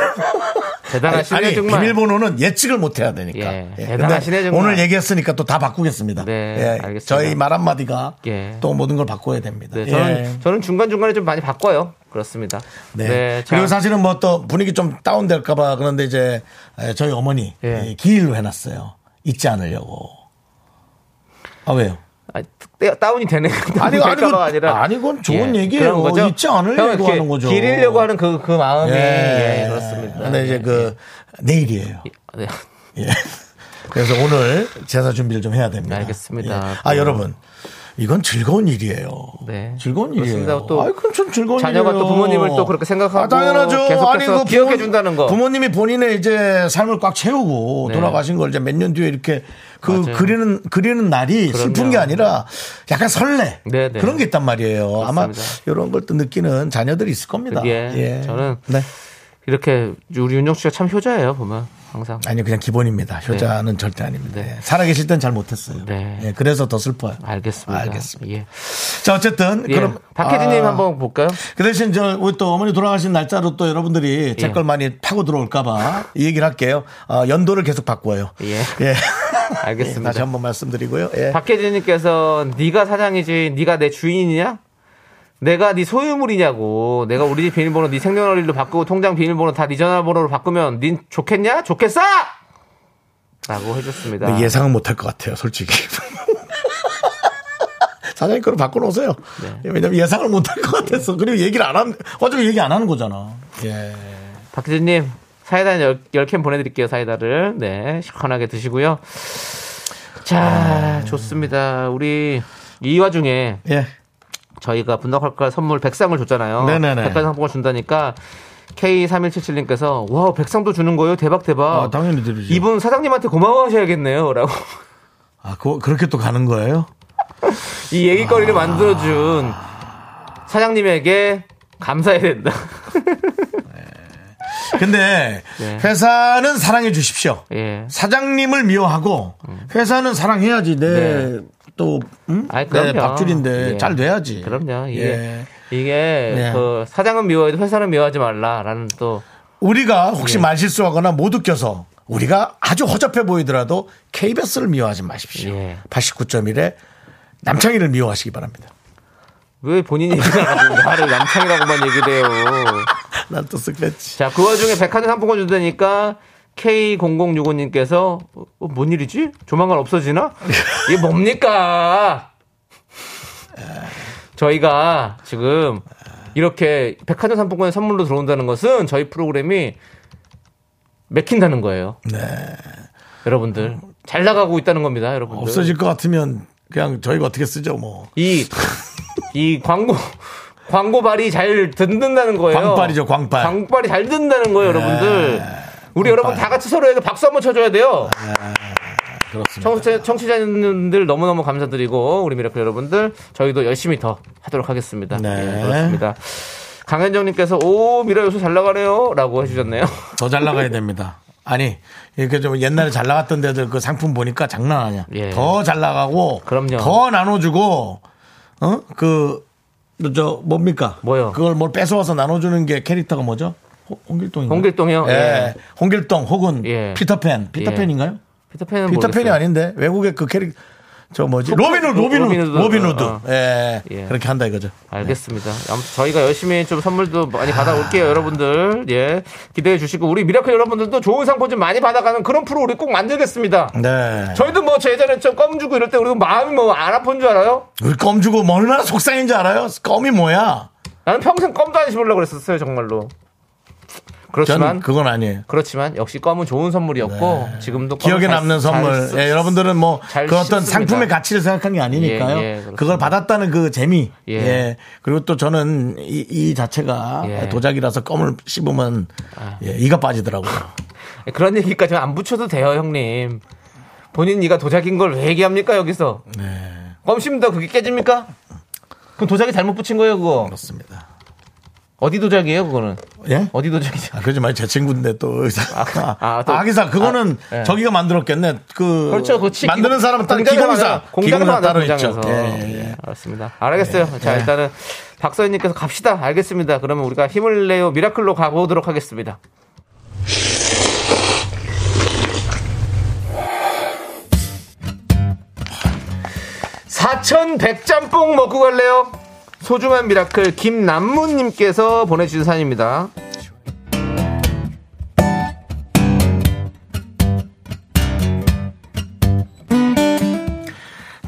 S3: 대단하시네
S2: 아니,
S3: 정말.
S2: 비밀번호는 예측을 못 해야 되니까.
S3: 예,
S2: 예,
S3: 대단하시네,
S2: 근데
S3: 정말.
S2: 오늘 얘기했으니까 또 다 바꾸겠습니다.
S3: 네,
S2: 예,
S3: 알겠습니다.
S2: 저희 말 한마디가
S3: 예.
S2: 또 모든 걸 바꿔야 됩니다.
S3: 네, 저는
S2: 예.
S3: 저는 중간 중간에 좀 많이 바꿔요. 그렇습니다.
S2: 네.
S3: 자,
S2: 그리고 사실은 뭐 또 분위기 좀 다운될까봐 그런데 이제 예, 저희 어머니
S3: 예.
S2: 예, 기일로 해놨어요. 잊지 않으려고. 아 왜요?
S3: 아니, 때- 다운이 되네.
S2: 아니,
S3: 될까봐
S2: 아니, 그건-
S3: 아니라
S2: 아니, 그건 좋은 얘기예요.
S3: 그런 거죠.
S2: 잊지 않으려고
S3: 형은 이렇게
S2: 하는 거죠.
S3: 기리려고 하는 그 그 마음이 예, 그렇습니다.
S2: 근데 이제 그 내일이에요.
S3: 예. 네.
S2: 예. 그래서 오늘 제사 준비를 좀 해야 됩니다.
S3: 알겠습니다.
S2: 예. 아
S3: 또-
S2: 여러분 이건 즐거운 일이에요.
S3: 네.
S2: 즐거운
S3: 그렇습니다.
S2: 일이에요.
S3: 또
S2: 아, 그건 좀 즐거운
S3: 자녀가
S2: 일이에요.
S3: 또 부모님을 또 그렇게 생각하고
S2: 아, 당연하죠.
S3: 계속해서
S2: 아니, 그 부모-
S3: 기억해준다는 거.
S2: 부모님이 본인의 이제 삶을 꽉 채우고
S3: 네.
S2: 돌아가신 걸 이제 몇 년 뒤에 이렇게 그
S3: 맞아요.
S2: 그리는 그리는 날이 슬픈
S3: 그럼요.
S2: 게 아니라 약간 설레
S3: 네, 네.
S2: 그런 게 있단 말이에요. 아마
S3: 그렇습니다.
S2: 이런 걸 또 느끼는 자녀들이 있을 겁니다.
S3: 예. 저는
S2: 네.
S3: 이렇게 우리 윤정 씨가 참 효자예요 보면 항상.
S2: 아니요 그냥 기본입니다. 효자는 절대 아닙니다. 예. 살아계실 땐 잘 못했어요.
S3: 네.
S2: 예, 그래서 더 슬퍼요.
S3: 알겠습니다.
S2: 알겠습니다.
S3: 예.
S2: 자 어쨌든
S3: 예.
S2: 그럼
S3: 박혜진님
S2: 아,
S3: 한번 볼까요?
S2: 그 대신 저 우리 또 어머니 돌아가신 날짜로 또 여러분들이 제
S3: 예.
S2: 걸 많이 타고 들어올까봐 이 얘기를 할게요. 아, 연도를 계속 바꿔요.
S3: 예. 알겠습니다.
S2: 네, 다시 한번 말씀드리고요. 예.
S3: 박혜진님께서 네가 사장이지 네가 내 주인이냐? 내가 네 소유물이냐고 내가 우리 집 비밀번호 네 생년월일로 바꾸고 통장 비밀번호 다 네 전화번호로 바꾸면 닌 좋겠냐 좋겠어 라고 해줬습니다
S2: 근데 예상은 못 할 것 같아요, 솔직히. 사장님 거로 바꿔놓으세요.
S3: 네.
S2: 왜냐면 예상을 못 할 것 같아서. 그리고 얘기를 안 하면, 어차피 얘기 안 하는 거잖아. 예.
S3: 박기진님 사이다 10캔 보내드릴게요 사이다를 네 시원하게 드시고요 자
S2: 아.
S3: 좋습니다 우리 이 와중에
S2: 예.
S3: 저희가 분덕할까 선물 100상을 줬잖아요.
S2: 네네네.
S3: 백화점 상품권 준다니까 K3177님께서 와, 100상도 주는 거예요? 대박 대박.
S2: 아, 당연히 드리죠.
S3: 어, 이분 사장님한테 고마워하셔야겠네요라고
S2: 아, 그, 그렇게 또 가는 거예요?
S3: 이
S2: 아.
S3: 얘기거리를 만들어 준 사장님에게 감사해야 된다.
S2: 근데
S3: 네.
S2: 회사는 사랑해 주십시오.
S3: 예.
S2: 사장님을 미워하고 회사는 사랑해야지 내
S3: 네.
S2: 또, 음?
S3: 아이,
S2: 내
S3: 그럼요.
S2: 밥줄인데
S3: 예.
S2: 잘 돼야지.
S3: 그럼요. 이게
S2: 예.
S3: 이게
S2: 네.
S3: 그 사장은 미워해도 회사는 미워하지 말라라는 또
S2: 우리가 혹시
S3: 예.
S2: 말실수하거나 못 웃겨서 우리가 아주 허접해 보이더라도 KBS를 미워하지 마십시오.
S3: 예.
S2: 89.1에 남창희를 미워하시기 바랍니다.
S3: 왜 본인 얘기가 나고 나를 남창이라고만 얘기해요.
S2: 난 또 쓰겠지.
S3: 자, 그 와중에 백화점 상품권 준다니까 K0065님께서 어, 뭔 일이지? 조만간 없어지나? 이게 뭡니까? 저희가 지금 이렇게 백화점 상품권이 선물로 들어온다는 것은 저희 프로그램이 맥힌다는 거예요.
S2: 네.
S3: 여러분들 잘 나가고 있다는 겁니다, 여러분들.
S2: 없어질 것 같으면 그냥 저희가 어떻게 쓰죠, 뭐.
S3: 이, 이 광고, 광고발이 잘 듣는다는 거예요.
S2: 광발이죠, 네. 광발.
S3: 광발이 잘 듣는다는 거예요, 여러분들. 우리 여러분 다 같이 서로에게 박수 한번 쳐줘야 돼요.
S2: 네, 그렇습니다.
S3: 청취자, 청취자님들 너무너무 감사드리고, 우리 미라클 여러분들, 저희도 열심히 더 하도록 하겠습니다.
S2: 네.
S3: 예, 그렇습니다. 강현정님께서, 오, 미라 요새 잘 나가네요. 라고 해주셨네요.
S2: 더 잘 나가야 됩니다. 아니, 이렇게 좀 옛날에 잘 나갔던 데들 그 상품 보니까 장난 아니야.
S3: 예.
S2: 더 잘 나가고.
S3: 그럼요.
S2: 더 나눠주고, 어? 그, 저, 뭡니까?
S3: 뭐요?
S2: 그걸 뭘 뺏어와서 나눠주는 게 캐릭터가 뭐죠? 홍길동이
S3: 홍길동이요?
S2: 예.
S3: 예.
S2: 홍길동 혹은
S3: 예.
S2: 피터팬. 피터팬인가요?
S3: 피터팬은
S2: 피터팬이
S3: 모르겠어요.
S2: 아닌데 외국의 그 캐릭 저 뭐지?
S3: 로-
S2: 로빈후드,
S3: 로-
S2: 로빈후드,
S3: 로빈후드.
S2: 로빈후드.
S3: 어.
S2: 예,
S3: 예.
S2: 그렇게 한다 이거죠.
S3: 알겠습니다. 아무튼 저희가 열심히 좀 선물도 많이 받아올게요, 여러분들. 예. 기대해 주시고, 우리 미라클 여러분들도 좋은 상품 좀 많이 받아가는 그런 프로 우리 꼭 만들겠습니다.
S2: 네.
S3: 저희도 뭐, 제 예전에 좀 껌 주고 이럴 때 우리 마음이 뭐 안 아픈 줄 알아요?
S2: 우리 껌 주고 뭐 얼마나 속상인지 알아요? 껌이 뭐야?
S3: 나는 평생 껌도 안 씹으려고 그랬었어요, 정말로.
S2: 저는
S3: 그렇지만, 그...
S2: 그건 아니에요.
S3: 렇지만 역시 껌은 좋은 선물이었고, 지금도 껌은
S2: 기억에
S3: 잘-
S2: 남는
S3: 잘
S2: 선물.
S3: 쓰-
S2: 예, 여러분들은 뭐
S3: 잘
S2: 그 어떤
S3: 씹습니다.
S2: 상품의 가치를 생각한 게 아니니까요.
S3: 예, 예, 그렇습니다.
S2: 그걸 받았다는 그 재미. 예.
S3: 예.
S2: 그리고 또 저는 이, 이 자체가
S3: 예. 아.
S2: 도자기라서 껌을 씹으면 예, 이가 빠지더라고요.
S3: 그런 얘기까지 안 붙여도 돼요, 형님. 본인 이가 도자기인 걸 왜 얘기합니까, 여기서? 껌 씹는다 그게 깨집니까? 그럼 도자기 잘못 붙인 거예요, 그거.
S2: 그렇습니다.
S3: 어디 도자기예요, 그거는?
S2: 예?
S3: 어디 도자기죠?
S2: 아, 그러지 말고 제 친구인데 또 의사. 아,
S3: 아, 아, 또-
S2: 기사 그거는
S3: 아, 예.
S2: 저기가 만들었겠네. 그
S3: 그렇죠, 그 치-
S2: 만드는 사람은 따로
S3: 공장에서
S2: 기공사,
S3: 만든- 공장에서
S2: 기공사
S3: 만든
S2: 따로
S3: 공장에서.
S2: 있죠. 예, 예, 예.
S3: 예, 알았습니다. 알겠어요. 자, 일단은 박서연님께서 갑시다. 알겠습니다. 그러면 우리가 힘을 내요 미라클로 가보도록 하겠습니다. 사천 백짬뽕 먹고 갈래요? 소중한 미라클 김남문님께서 보내주신 사연입니다.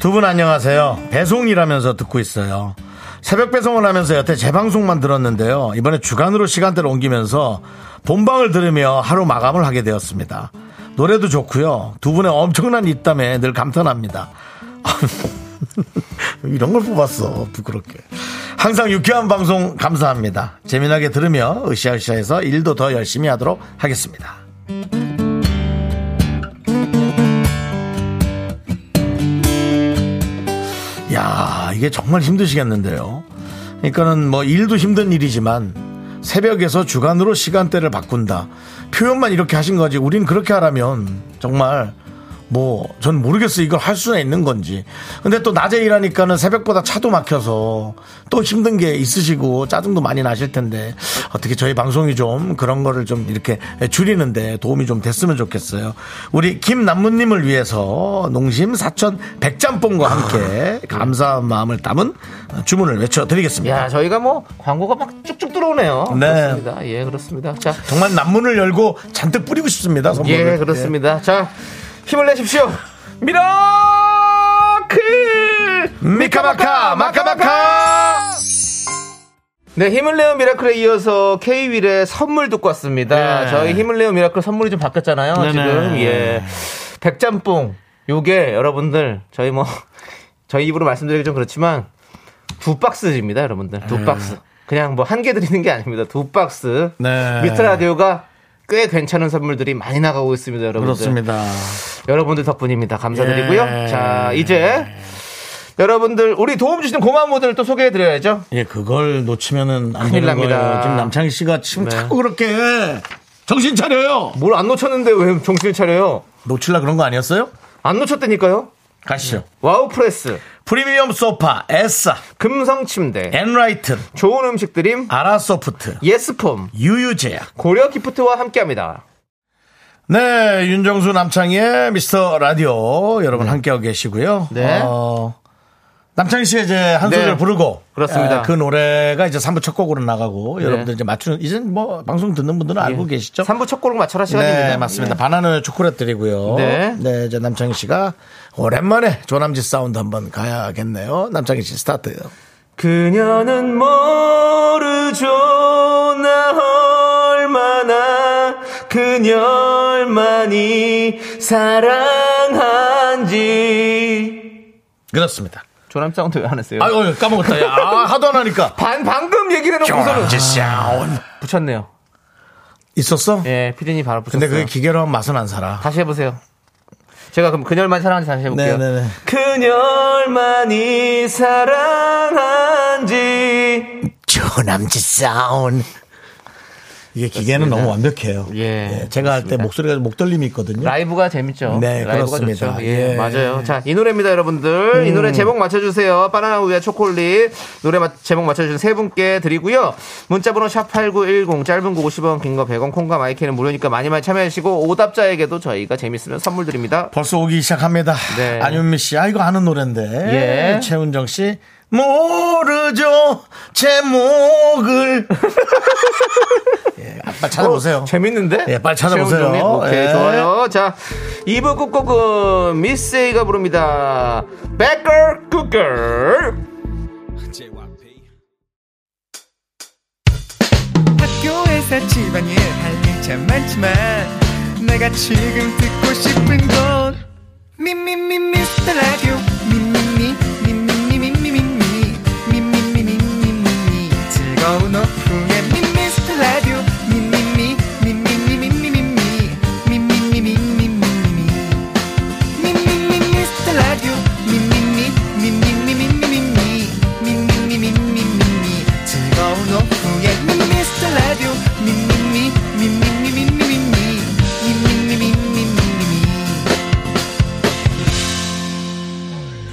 S2: 두 분 안녕하세요. 배송이라면서 듣고 있어요. 새벽 배송을 하면서 여태 재방송만 들었는데요. 이번에 주간으로 시간대를 옮기면서 본방을 들으며 하루 마감을 하게 되었습니다. 노래도 좋고요. 두 분의 엄청난 입담에 늘 감탄합니다. 이런 걸 뽑았어. 부끄럽게. 항상 유쾌한 방송 감사합니다. 재미나게 들으며 으쌰으쌰해서 일도 더 열심히 하도록 하겠습니다. 야 이게 정말 힘드시겠는데요. 그러니까는 뭐 일도 힘든 일이지만 새벽에서 주간으로 시간대를 바꾼다 표현만 이렇게 하신 거지. 우린 그렇게 하라면 정말 뭐 전 모르겠어요. 이걸 할 수는 있는 건지. 근데 또 낮에 일하니까는 새벽보다 차도 막혀서 또 힘든 게 있으시고 짜증도 많이 나실 텐데 어떻게 저희 방송이 좀 그런 거를 좀 이렇게 줄이는데 도움이 좀 됐으면 좋겠어요. 우리 김남무님을 위해서 농심 사천 백짬뽕과 함께 감사한 마음을 담은 주문을 외쳐드리겠습니다.
S3: 야, 저희가 뭐 광고가 막 쭉쭉 들어오네요.
S2: 네.
S3: 그렇습니다. 예, 그렇습니다. 자,
S2: 정말 남문을 열고 잔뜩 뿌리고 싶습니다. 선물을.
S3: 예, 그렇습니다. 자, 힘을 내십시오. 미라클!
S2: 미카마카 마카마카
S3: 네, 힘을 내어 미라클에 이어서 K윌의 선물 듣고 왔습니다.
S2: 네.
S3: 저희 힘을 내어 미라클 선물이 좀 바뀌었잖아요.
S2: 네네.
S3: 지금 예, 백짬뽕 요게 여러분들 저희 뭐 저희 입으로 말씀드리기 좀 그렇지만 두 박스입니다, 여러분들 두 박스. 그냥 뭐 한 개 드리는 게 아닙니다. 두 박스.
S2: 네.
S3: 미스터 라디오가 꽤 괜찮은 선물들이 많이 나가고 있습니다, 여러분들.
S2: 그렇습니다.
S3: 여러분들 덕분입니다. 감사드리고요.
S2: 예.
S3: 자, 이제 여러분들 우리 도움 주시는 고마운 분들을 또 소개해 드려야죠.
S2: 예, 그걸 놓치면은 안
S3: 큰일
S2: 되는
S3: 납니다. 네.
S2: 거예요. 지금 남창희 씨가 지금 자꾸 그렇게 정신 차려요.
S3: 뭘 안 놓쳤는데 왜 정신을 차려요?
S2: 놓칠라 그런 거 아니었어요?
S3: 안 놓쳤다니까요.
S2: 가시죠.
S3: 와우 프레스,
S2: 프리미엄 소파, 에싸,
S3: 금성
S2: 예.
S3: 침대,
S2: 엔라이튼,
S3: 좋은 음식 드림,
S2: 아라소프트,
S3: 예스폼,
S2: 유유제약.
S3: 고려 기프트와 함께합니다.
S2: 네, 윤정수 남창희의 미스터 라디오 여러분 함께하고 계시고요.
S3: 네.
S2: 어, 남창희 씨의 이제 한
S3: 네.
S2: 소절 부르고
S3: 그렇습니다. 네.
S2: 에, 그 노래가 이제 3부 첫 곡으로 나가고 여러분들 이제 맞추는 이제 뭐 방송 듣는 분들은 알고 계시죠?
S3: 예. 3부 첫 곡으로 맞춰라 시간입니다. 예.
S2: 네, 맞습니다. 바나나 초콜릿 드리고요.
S3: 네.
S2: 네. 이제 남창희 씨가 오랜만에 조남지 사운드 한번 가야겠네요. 남창희 씨 스타트.
S3: 그녀는 모르죠 나 얼마나 그녀를 많이 사랑한지
S2: 그렇습니다.
S3: 조남 사운드 왜 안 했어요?
S2: 아유, 아유, 까먹었다. 야, 아, 하도 안 하니까.
S3: 반 방금 얘기를 해놓고서는
S2: 조남지 사운드.
S3: 붙였네요.
S2: 있었어?
S3: 예, 피디님 바로 붙였어요.
S2: 근데 그게 기계로 하면 맛은 안 살아.
S3: 다시 해보세요. 제가 그럼 그녀만 사랑하는지 다시 해볼게요.
S2: 네네네.
S3: 그녀만이 사랑한지.
S2: 조남지 사운드. 이게 기계는 너무 완벽해요.
S3: 예,
S2: 예, 제가 할 때 목소리가 목 떨림이 있거든요.
S3: 라이브가 재밌죠.
S2: 네,
S3: 라이브가
S2: 그렇습니다.
S3: 좋죠. 예,
S2: 예. 음.
S3: 맞아요. 자, 이 노래입니다, 여러분들. 이 노래 제목 맞춰주세요. 바나나 우유와 초콜릿. 노래 맞- 제목 맞춰주신 세 분께 드리고요. 문자번호 샵8910, 짧은 거 50원, 긴 거 100원, 콩과 마이크는 무료니까 많이 많이 참여해주시고, 오답자에게도 저희가 재밌으면 선물 드립니다.
S2: 벌써 오기 시작합니다.
S3: 네.
S2: 안윤미 씨, 아 이거 아는 노래인데.
S3: 예.
S2: 최은정 씨, 모르죠 제목을. 예, 아, 빨리 찾아보세요.
S3: 어, 재밌는데?
S2: 예, 빨리 찾아보세요.
S3: 최은정님, 오케이,
S2: 예.
S3: 좋아요. 자, 2부 끝곡은 미세이가 부릅니다. 백걸 굿걸.
S6: 학교에서 집안일 할 일 참 많지만 내가 지금 듣고 싶은 건 미미미 미스터 라디오 미미미 미미미 미미미 미미미 미미미 즐거운 오후에 미스터 라디오 미미미 미미미 미미미 미미미 미미미 미미미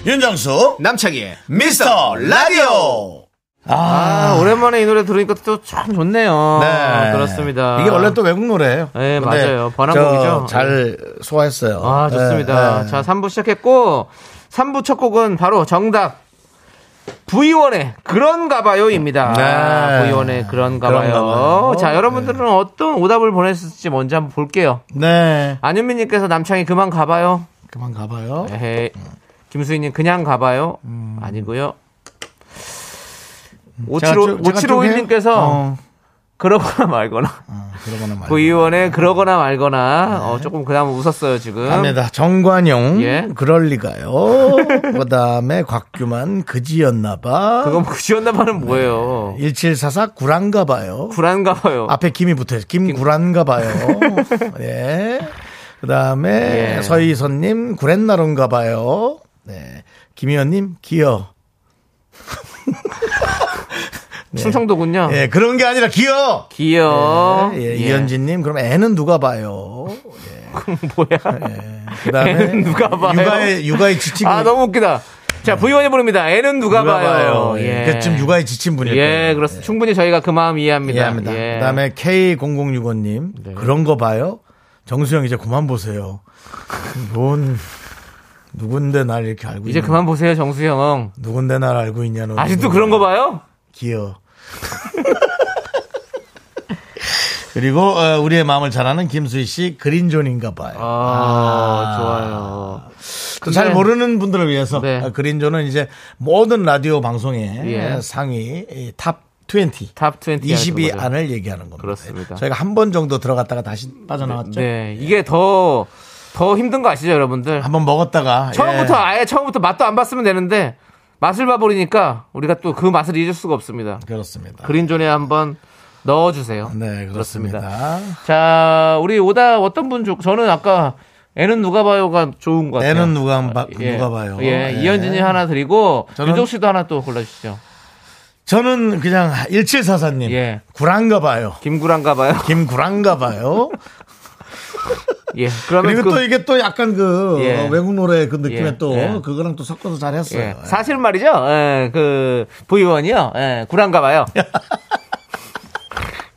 S2: 윤정수,
S3: 남창희의
S2: 미스터 라디오.
S3: 아, 오랜만에 이 노래 들으니까 또 참 좋네요.
S2: 네.
S3: 아, 그렇습니다.
S2: 이게 원래 또 외국 노래예요.
S3: 네,
S2: 근데
S3: 맞아요.
S2: 저
S3: 번안곡이죠. 네.
S2: 잘 소화했어요.
S3: 아, 좋습니다.
S2: 네, 네.
S3: 자, 3부 시작했고, 3부 첫 곡은 바로 정답. V1의 그런가 봐요입니다.
S2: 네.
S3: V1의 그런가
S2: 그런가
S3: 봐요.
S2: 봐요.
S3: 자, 여러분들은 어떤 오답을 보냈을지 먼저 한번 볼게요.
S2: 네.
S3: 안윤미님께서 남창이 그만 가봐요.
S2: 그만 가봐요.
S3: 에헤이. 김수희님 그냥 가봐요. 아니고요.
S2: 음. 제가 좀- 제가 좀
S3: 5751님께서
S2: 해요? 어,
S3: 그러거나 말거나.
S2: 그러거나 말고.
S3: V원의 그러거나 말거나.
S2: 네.
S3: 어, 조금 그나마 웃었어요, 지금.
S2: 갑니다. 정관용
S3: 예.
S2: 그럴 리가요. 그다음에 곽규만 그지였나봐.
S3: 그거 뭐
S2: 네.
S3: 지원나바는 뭐예요?
S2: 1744 구란가봐요.
S3: 불안가봐요.
S2: 앞에 김이 붙어요. 김구란가봐요. 예. 그다음에
S3: 예.
S2: 서희선님 구렛나론가봐요. 네. 김희원님 기어.
S3: 충청도군요.
S2: 예, 그런 게 아니라 기어.
S3: 귀여워.
S2: 예, 이현진님 그럼 애는 누가 봐요.
S3: 뭐야?
S2: 그다음에
S3: 누가 봐요?
S2: 육아에 육아에 지치기
S3: 아 너무 웃기다. 자 부의원이 부릅니다. 애는 누가, 봐요.
S2: 네. 예.
S3: 예.
S2: 그좀 육아에 지친 분일 거예요.
S3: 예, 그렇습니다. 충분히 저희가 그 마음 이해합니다.
S2: 이해합니다.
S3: 예. 네.
S2: 그다음에 K0065님 그런 거 봐요. 정수영 이제 그만 보세요. 뭔 누군데 날 이렇게 알고
S3: 이제
S2: 있냐.
S3: 그만 보세요, 정수형.
S2: 누군데 날 알고 있냐 너.
S3: 아직도
S2: 누군데.
S3: 그런 거 봐요?
S2: 기어. 그리고 어, 우리의 마음을 잘 아는 김수희 씨 그린존인가 봐요.
S3: 아, 좋아요.
S2: 또잘
S3: 근데-
S2: 모르는 분들을 위해서
S3: 네.
S2: 아, 그린존은 이제 모든 라디오 방송의
S3: 예.
S2: 상위 이탑 20.
S3: 탑 20. 에
S2: 20위
S3: 들어가죠.
S2: 안을 얘기하는 겁니다.
S3: 그렇습니다.
S2: 저희가 한 번 정도 들어갔다가 다시 빠져나왔죠. 예.
S3: 네, 이게 더, 더 힘든 거 아시죠, 여러분들?
S2: 한 번 먹었다가
S3: 처음부터
S2: 예.
S3: 아예 처음부터 맛도 안 봤으면 되는데 맛을 봐버리니까 우리가 또 그 맛을 잊을 수가 없습니다.
S2: 그렇습니다.
S3: 그린존에 한번 넣어주세요.
S2: 네, 그렇습니다.
S3: 자, 우리 오다 어떤 분 좋? 저는 아까 애는 누가 봐요가 좋은 것 같아요.
S2: 애는 누가 안 봐- 누가 봐요.
S3: 예,
S2: 예.
S3: 이현진이 하나 드리고
S2: 저는-
S3: 유종 씨도 하나 또 골라주시죠.
S2: 저는 그냥 1744님
S3: 예.
S2: 구란가 봐요.
S3: 김구란가 봐요.
S2: 김구란가 봐요.
S3: 예, 그러면
S2: 그리고
S3: 그-
S2: 또 이게 또 약간 그
S3: 예.
S2: 어, 외국 노래 그 느낌에
S3: 예.
S2: 또
S3: 예.
S2: 그거랑 또 섞어서 잘 했어요.
S3: 예, 사실 말이죠. 예, 그 부의원이요. 예, 구란가 봐요.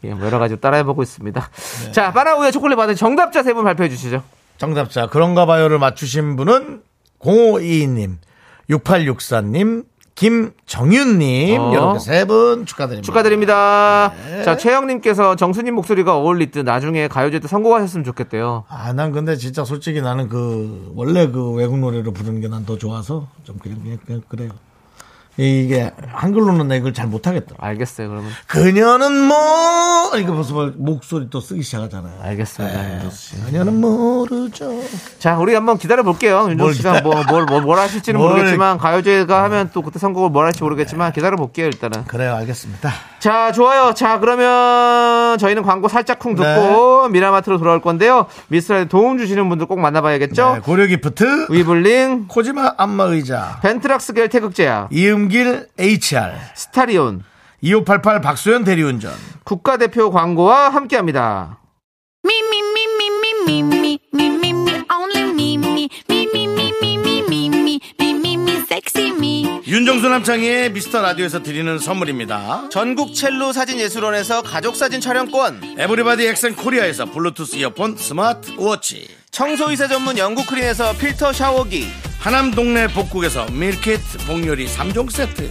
S3: 예, 뭐 여러 가지 따라해보고 있습니다. 자, 바나우의 초콜릿 받은 정답자 세 분 발표해 주시죠.
S2: 정답자 그런가 봐요를 맞추신 분은 0522님, 6864님, 김정윤님
S3: 어.
S2: 이렇게 세 분 축하드립니다.
S3: 축하드립니다. 자, 최영님께서 정수님 목소리가 어울릴 듯 나중에 가요제 때 성공하셨으면 좋겠대요.
S2: 아, 난 근데 진짜 솔직히 나는 그 원래 그 외국 노래로 부르는 게 난 더 좋아서 좀 그냥 그냥, 그냥 그래요. 이게 한글로는 내가 이걸 잘 못하겠더라.
S3: 알겠어요, 그러면.
S2: 그녀는 뭐 이렇게 벌써 막 목소리 또 쓰기 시작하잖아요.
S3: 알겠습니다. 윤정수 씨.
S2: 그녀는 모르죠.
S3: 네. 자, 우리 한번 기다려볼게요. 윤종
S2: 뭘
S3: 씨가 뭐, 뭘, 뭘, 뭘 네. 하실지는
S2: 뭘-
S3: 모르겠지만, 가요제가 하면 또 그때 선곡을 뭘 할지 모르겠지만, 기다려볼게요, 일단은.
S2: 그래요, 알겠습니다.
S3: 자, 좋아요. 자, 그러면 저희는 광고 살짝쿵 듣고 미라마트로 돌아올 건데요. 미스라에 도움 주시는 분들 꼭 만나봐야겠죠?
S2: 네, 고려 기프트,
S3: 위블링,
S2: 코지마 안마 의자,
S3: 벤트락스 겔 태극제약,
S2: 이음길 HR,
S3: 스타리온,
S2: 2588 박소연 대리운전,
S3: 국가대표 광고와 함께 합니다.
S4: Me, me, me, me, me, me, me, me, me, me, only me, me, me, me, me, me, me, me, me, me, me, me, sexy me.
S2: 윤정수 남창희의 미스터 라디오에서 드리는 선물입니다.
S3: 전국 첼로 사진 예술원에서 가족사진 촬영권,
S2: 에브리바디 엑센 코리아에서 블루투스 이어폰 스마트 워치,
S3: 청소이사 전문 영국 크린에서 필터 샤워기,
S2: 하남 동네 복국에서 밀키트 복요리 3종 세트,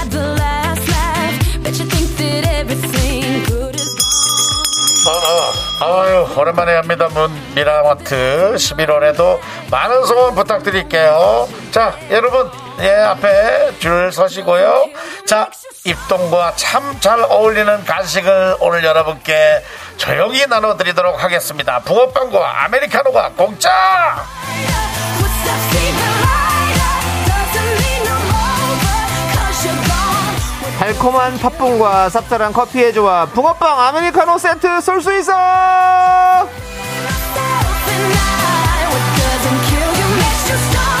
S5: the last laugh? Bet you think that everything good is gone.
S2: 아, 아유, 오랜만에 합니다문 미라마트 11월에도 많은 소원 부탁드릴게요. 자, 여러분, 예, 앞에 줄 서시고요. 자, 입동과 참 잘 어울리는 간식을 오늘 여러분께 조용히 나눠드리도록 하겠습니다. 붕어빵과 아메리카노가 공짜!
S5: What's up, fever rider? Doesn't mean I'm over, cause you're
S3: 달콤한
S5: gone.
S3: 팥붕과 쌉쌀한 커피의 조합 붕어빵 아메리카노 세트 쏠 수 있어!
S5: Self and I, what doesn't kill you makes you stronger.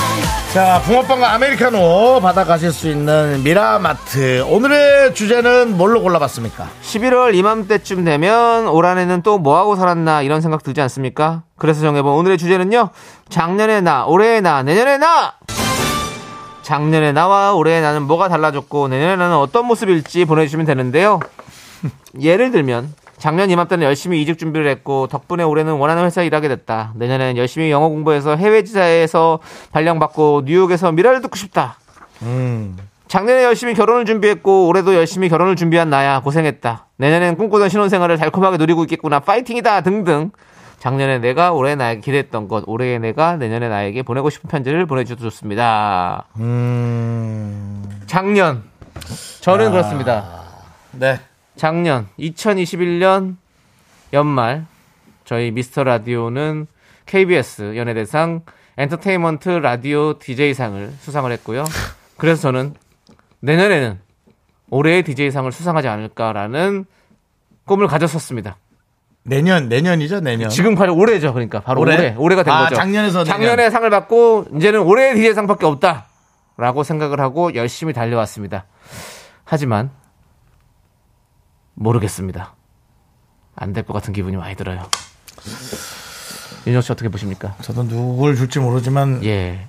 S2: 자, 붕어빵과 아메리카노 받아가실 수 있는 미라마트. 오늘의 주제는 뭘로 골라봤습니까?
S3: 11월 이맘때쯤 되면 올 한해는 또 뭐하고 살았나 이런 생각 들지 않습니까? 그래서 정해본 오늘의 주제는요. 작년의 나, 올해의 나, 내년의 나! 작년의 나와 올해의 나는 뭐가 달라졌고 내년의 나는 어떤 모습일지 보내주시면 되는데요. 예를 들면 작년 이맘때는 열심히 이직 준비를 했고 덕분에 올해는 원하는 회사에 일하게 됐다. 내년에는 열심히 영어 공부해서 해외 지사에서 발령받고 뉴욕에서 미라를 듣고 싶다.
S2: 음,
S3: 작년에 열심히 결혼을 준비했고 올해도 열심히 결혼을 준비한 나야 고생했다. 내년엔 꿈꾸던 신혼생활을 달콤하게 누리고 있겠구나 파이팅이다 등등. 작년에 내가 올해 나에게 기대했던 것, 올해의 내가 내년에 나에게 보내고 싶은 편지를 보내주셔도 좋습니다.
S2: 음.
S3: 작년 저는 그렇습니다.
S2: 네.
S3: 작년 2021년 연말 저희 미스터 라디오는 KBS 연예대상 엔터테인먼트 라디오 DJ상을 수상을 했고요. 그래서 저는 내년에는 올해의 DJ상을 수상하지 않을까라는 꿈을 가졌었습니다.
S2: 내년 내년이죠 내년.
S3: 지금 바로 올해죠. 그러니까 바로
S2: 어? 올해?
S3: 올해, 올해 가된
S2: 아,
S3: 거죠.
S2: 작년에서 내년.
S3: 작년에 상을 받고 이제는 올해의 DJ 상밖에 없다라고 생각을 하고 열심히 달려왔습니다. 하지만 모르겠습니다. 안 될 것 같은 기분이 많이 들어요. 윤정 씨 어떻게 보십니까?
S2: 저도 누굴 줄지 모르지만
S3: 예.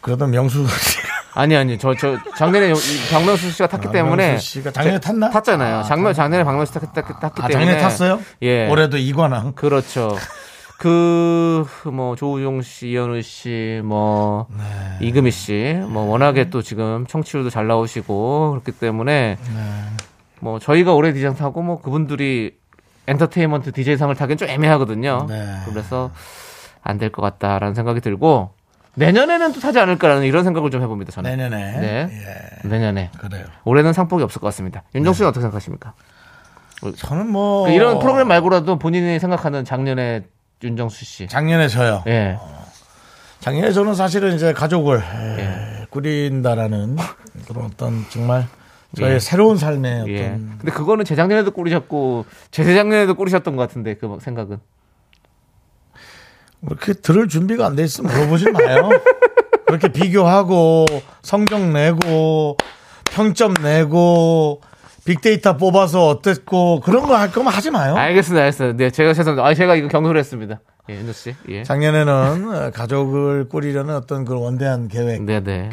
S2: 그러다 명수 씨가
S3: 아니 아니 저 저 작년에 요- 이 박명수 씨가 탔기 그 때문에
S2: 박명수 씨가 작년에 탔나?
S3: 탔잖아요. 작년 작년에 박명수 탔, 탔, 탔기
S2: 아,
S3: 때문에
S2: 작년에 탔어요?
S3: 예.
S2: 올해도 이관왕.
S3: 그렇죠. 그 뭐 조우종 씨, 이현우 씨, 뭐
S2: 네.
S3: 이금희 씨, 뭐 워낙에 또 지금 청취율도 잘 나오시고 그렇기 때문에
S2: 네.
S3: 뭐 저희가 올해 디장 타고 뭐 그분들이 엔터테인먼트 디제이 상을 타기엔 좀 애매하거든요.
S2: 네.
S3: 그래서 안 될 것 같다라는 생각이 들고 내년에는 또 타지 않을까라는 이런 생각을 좀 해봅니다. 저는
S2: 내년에.
S3: 네.
S2: 예.
S3: 내년에
S2: 그래요.
S3: 올해는 상복이 없을 것 같습니다. 윤정
S2: 네.
S3: 씨는 어떻게 생각하십니까?
S2: 저는 뭐
S3: 이런 프로그램 말고라도 본인이 생각하는 작년에 윤정수 씨.
S2: 작년에 어. 저요.
S3: 예.
S2: 작년에 저는 사실은 이제 가족을
S3: 예.
S2: 꾸린다라는 그런 어떤 정말 저의
S3: 예.
S2: 새로운 삶의 어떤
S3: 예. 근데 그거는 재작년에도 꾸리셨고 재재작년에도 꾸리셨던 것 같은데 그 생각은.
S2: 그렇게 들을 준비가 안 돼 있으면 물어보지 마요. 그렇게 비교하고 성적 내고 평점 내고 빅데이터 뽑아서 어땠고 그런 거 할 거면 하지 마요.
S3: 알겠습니다, 알겠습니다. 네, 제가 죄송합니다. 아, 제가 이거 경솔했습니다. 예, 윤정 씨. 예.
S2: 작년에는 가족을 꾸리려는 어떤 그런 원대한 계획
S3: 네, 네.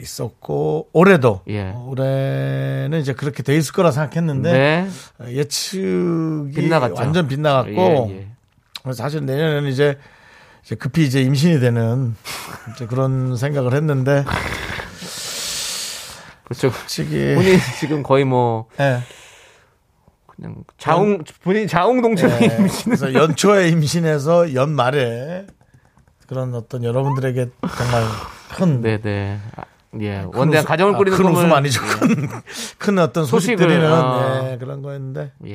S2: 있었고 올해도
S3: 예.
S2: 올해는 이제 그렇게 돼 있을 거라 생각했는데
S3: 네.
S2: 예측이
S3: 빗나갔죠.
S2: 완전 빗나갔고
S3: 예, 예.
S2: 그래서 사실 내년에는 이제, 이제 급히 이제 임신이 되는 이제 그런 생각을 했는데
S3: 그렇죠.
S2: 솔직히
S3: 본인 지금 거의 뭐
S2: 예.
S3: 그냥 자웅 본인 자웅동체로
S2: 예.
S3: 임신을
S2: 그래서 연초에 임신해서 연말에 그런 어떤 여러분들에게 정말 큰
S3: 네, 네. 아, 예.
S2: 큰
S3: 원대한
S2: 웃음-
S3: 가정을
S2: 아,
S3: 꾸리는
S2: 큰 웃음
S3: 꿈을- 예.
S2: 아니죠 큰, 큰 어떤 소식
S3: 소식을,
S2: 드리는
S3: 아.
S2: 예, 그런 거였는데
S3: 예.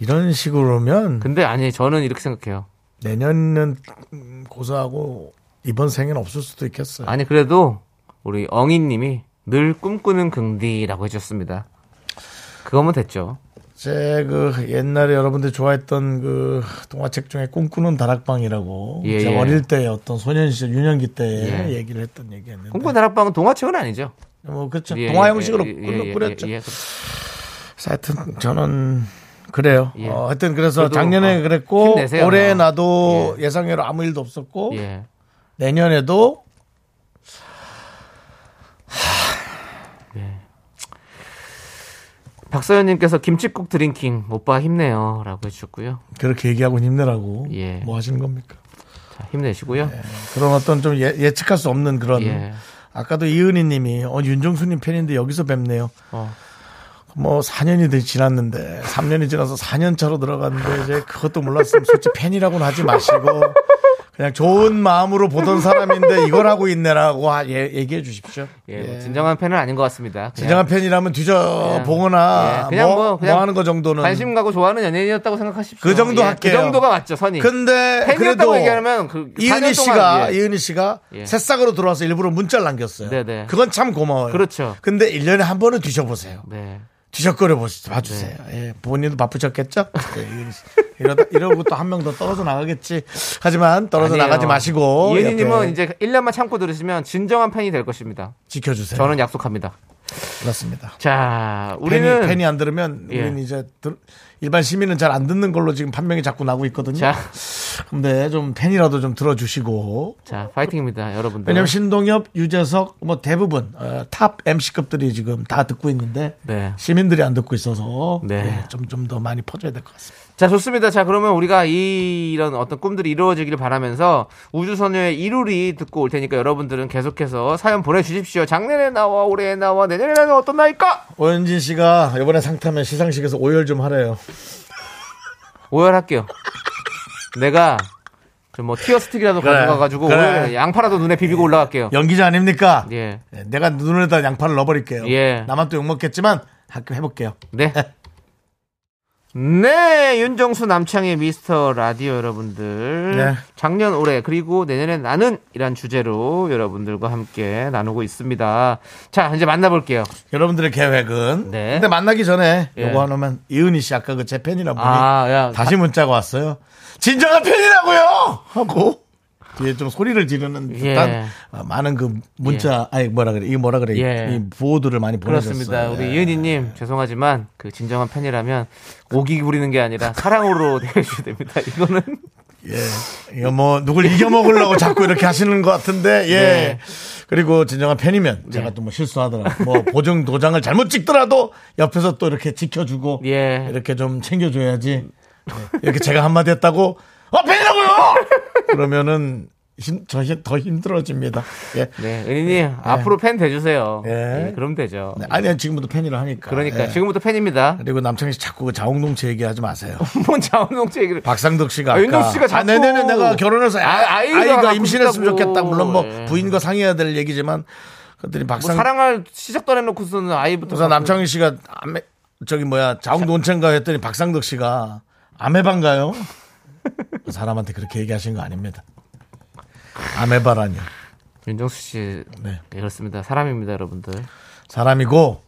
S2: 이런 식으로면
S3: 근데 아니 저는 이렇게 생각해요.
S2: 내년은 음, 고사하고 이번 생엔 없을 수도 있겠어요
S3: 아니 그래도 우리 엉이님이 늘 꿈꾸는 긍디라고 해주셨습니다. 그거면 됐죠.
S2: 제 그 옛날에 여러분들 좋아했던 그 동화책 중에 꿈꾸는 다락방이라고
S3: 예,
S2: 제가
S3: 예.
S2: 어릴 때 어떤 소년 시절 유년기 때
S3: 예.
S2: 얘기를 했던 얘기였는데
S3: 꿈꾸는 다락방은 동화책은 아니죠.
S2: 뭐 그렇죠
S3: 예,
S2: 동화
S3: 예,
S2: 형식으로
S3: 예, 예,
S2: 꾸려-
S3: 예,
S2: 꾸렸죠.
S3: 예, 예, 그렇죠.
S2: 하여튼 저는 그래요.
S3: 예.
S2: 어, 하여튼 그래서
S3: 그래도,
S2: 작년에
S3: 어,
S2: 그랬고
S3: 힘내세요.
S2: 올해
S3: 어.
S2: 나도 예. 상외로 아무 일도 없었고
S3: 예.
S2: 내년에도
S3: 예. 박서연님께서 김치국 드링킹 오빠 힘내요라고 해주셨고요.
S2: 그렇게 얘기하고 힘내라고
S3: 예.
S2: 뭐 하시는 겁니까?
S3: 자, 힘내시고요.
S2: 네. 그런 어떤 좀 예, 측할수 없는 그런
S3: 예.
S2: 아까도 이은희님이 어, 윤정수님 팬인데 여기서 뵙네요.
S3: 어.
S2: 뭐 4년이 되 지났는데 3년이 지나서 4년 차로 들어갔는데 이제 그것도 몰랐으면 솔직히 팬이라고는 하지 마시고 그냥 좋은 마음으로 보던 사람인데 이걸 하고 있네라고 하- 예, 얘기해 주십시오.
S3: 예, 뭐 진정한 팬은 아닌 것 같습니다. 그냥
S2: 진정한 팬이라면 뒤져
S3: 그냥,
S2: 보거나
S3: 예, 그냥
S2: 뭐,
S3: 뭐, 그냥
S2: 뭐 하는 거 정도는
S3: 관심 가고 좋아하는 연예인이었다고 생각하십시오.
S2: 그 정도
S3: 예,
S2: 할게요.
S3: 그 정도가 맞죠, 선이.
S2: 근데
S3: 팬이었다고
S2: 그래도
S3: 얘기하면 그
S2: 이은희
S3: 4년 동안,
S2: 씨가
S3: 예.
S2: 이은희 씨가
S3: 예.
S2: 새싹으로 들어와서 일부러 문자를 남겼어요.
S3: 네네.
S2: 그건 참 고마워요.
S3: 그렇죠.
S2: 근데 1년에 한 번은 뒤져 보세요.
S3: 네.
S2: 뒤적거려 보시, 봐주세요. 예, 본인도 바쁘셨겠죠? 예, 이은 씨. 이러다, 이러고 또 한 명 더 떨어져 나가겠지. 하지만 떨어져
S3: 아니에요.
S2: 나가지 마시고.
S3: 이은희님은
S2: 옆에
S3: 이제 1년만 참고 들으시면 진정한 팬이 될 것입니다.
S2: 지켜주세요.
S3: 저는 약속합니다.
S2: 그렇습니다.
S3: 자, 우리는
S2: 우리는 네. 팬이, 안 들으면
S3: 예.
S2: 우리는 이제 들- 일반 시민은 잘 안 듣는 걸로 지금 판명이 자꾸 나고 있거든요.
S3: 자,
S2: 근데 좀 팬이라도 좀 들어주시고
S3: 자, 파이팅입니다, 여러분들.
S2: 왜냐면 신동엽, 유재석 뭐 대부분 어, 탑 MC급들이 지금 다 듣고 있는데
S3: 네.
S2: 시민들이 안 듣고 있어서 예,
S3: 네.
S2: 좀 좀 더 많이 퍼져야 될 것 같습니다.
S3: 자, 좋습니다. 자, 그러면 우리가 이, 런 어떤 꿈들이 이루어지기를 바라면서 우주소녀의 이룰이 듣고 올 테니까 여러분들은 계속해서 사연 보내주십시오. 작년에 나와, 올해에 나와, 내년에 나와, 어떤 나일까?
S2: 오현진 씨가 이번에 상타면 시상식에서 오열 좀 하래요.
S3: 오열할게요. 내가 좀 뭐 티어스틱이라도
S2: 그래,
S3: 가져가가지고
S2: 그래. 예.
S3: 오열, 양파라도 눈에 비비고 올라갈게요.
S2: 연기자 아닙니까?
S3: 예.
S2: 네, 내가 눈에다 양파를 넣어버릴게요.
S3: 예.
S2: 나만 또 욕먹겠지만 학교 해볼게요.
S3: 네. 네, 윤정수 남창의 미스터 라디오 여러분들.
S2: 네.
S3: 작년 올해 그리고 내년에 나는 이란 주제로 여러분들과 함께 나누고 있습니다. 자, 이제 만나볼게요.
S2: 여러분들의 계획은.
S3: 네.
S2: 근데 만나기 전에
S3: 예.
S2: 요거 하나만 이은희 씨 아까 그 제 팬이라 보니
S3: 아, 야,
S2: 다시 문자가 왔어요. 진정한 팬이라고요! 하고 뒤에 좀 소리를 지르는 듯한
S3: 예.
S2: 어, 많은 그 문자 아니 뭐라 그래 이 뭐라 그래
S3: 예.
S2: 이 보호들을 많이 보내셨어요.
S3: 그렇습니다. 우리
S2: 예.
S3: 이은희님 죄송하지만 그 진정한 팬이라면 오기 부리는 게 아니라 사랑으로 대해주셔야 됩니다. 이거는
S2: 예. 이거 뭐 누굴 이겨 먹으려고 자꾸 이렇게 하시는 것 같은데 예.
S3: 네.
S2: 그리고 진정한 팬이면 제가 또 뭐 실수하더라. 뭐 보증 도장을 잘못 찍더라도 옆에서 또 이렇게 지켜주고
S3: 예.
S2: 이렇게 좀 챙겨 줘야지. 예. 이렇게 제가 한마디 했다고 어 팬이라고요. 그러면은 힘, 저희 더 힘들어집니다. 예.
S3: 네, 은희님 앞으로 팬 돼주세요.
S2: 예.
S3: 예, 그럼 되죠.
S2: 네, 아니 아니, 지금부터 팬이라 하니까.
S3: 그러니까
S2: 예.
S3: 지금부터 팬입니다.
S2: 그리고 남창희 씨 자꾸 자홍동체 얘기하지 마세요.
S3: 뭔 자원동체 얘기를
S2: 박상덕 씨가
S3: 아,
S2: 아까
S3: 윤덕 씨가 자꾸-
S2: 아, 네네네 내가 결혼해서
S3: 아,
S2: 아, 이
S3: 아이가
S2: 가
S3: 갖고
S2: 임신했으면
S3: 싶다고.
S2: 좋겠다 물론 뭐
S3: 예.
S2: 부인과 상의해야 될 얘기지만 그랬더니
S3: 뭐
S2: 박상
S3: 사랑할 시작도 안 해놓고서는 아이부터
S2: 그래서 남창희 씨가 아메, 저기 뭐야 자웅돈체인가 했더니 박상덕 씨가 아메반가요? 그 사람한테 그렇게 얘기하신 거 아닙니다. 아메바라니요.
S3: 윤정수 씨
S2: 네.
S3: 네, 그렇습니다. 사람입니다, 여러분들.
S2: 사람이고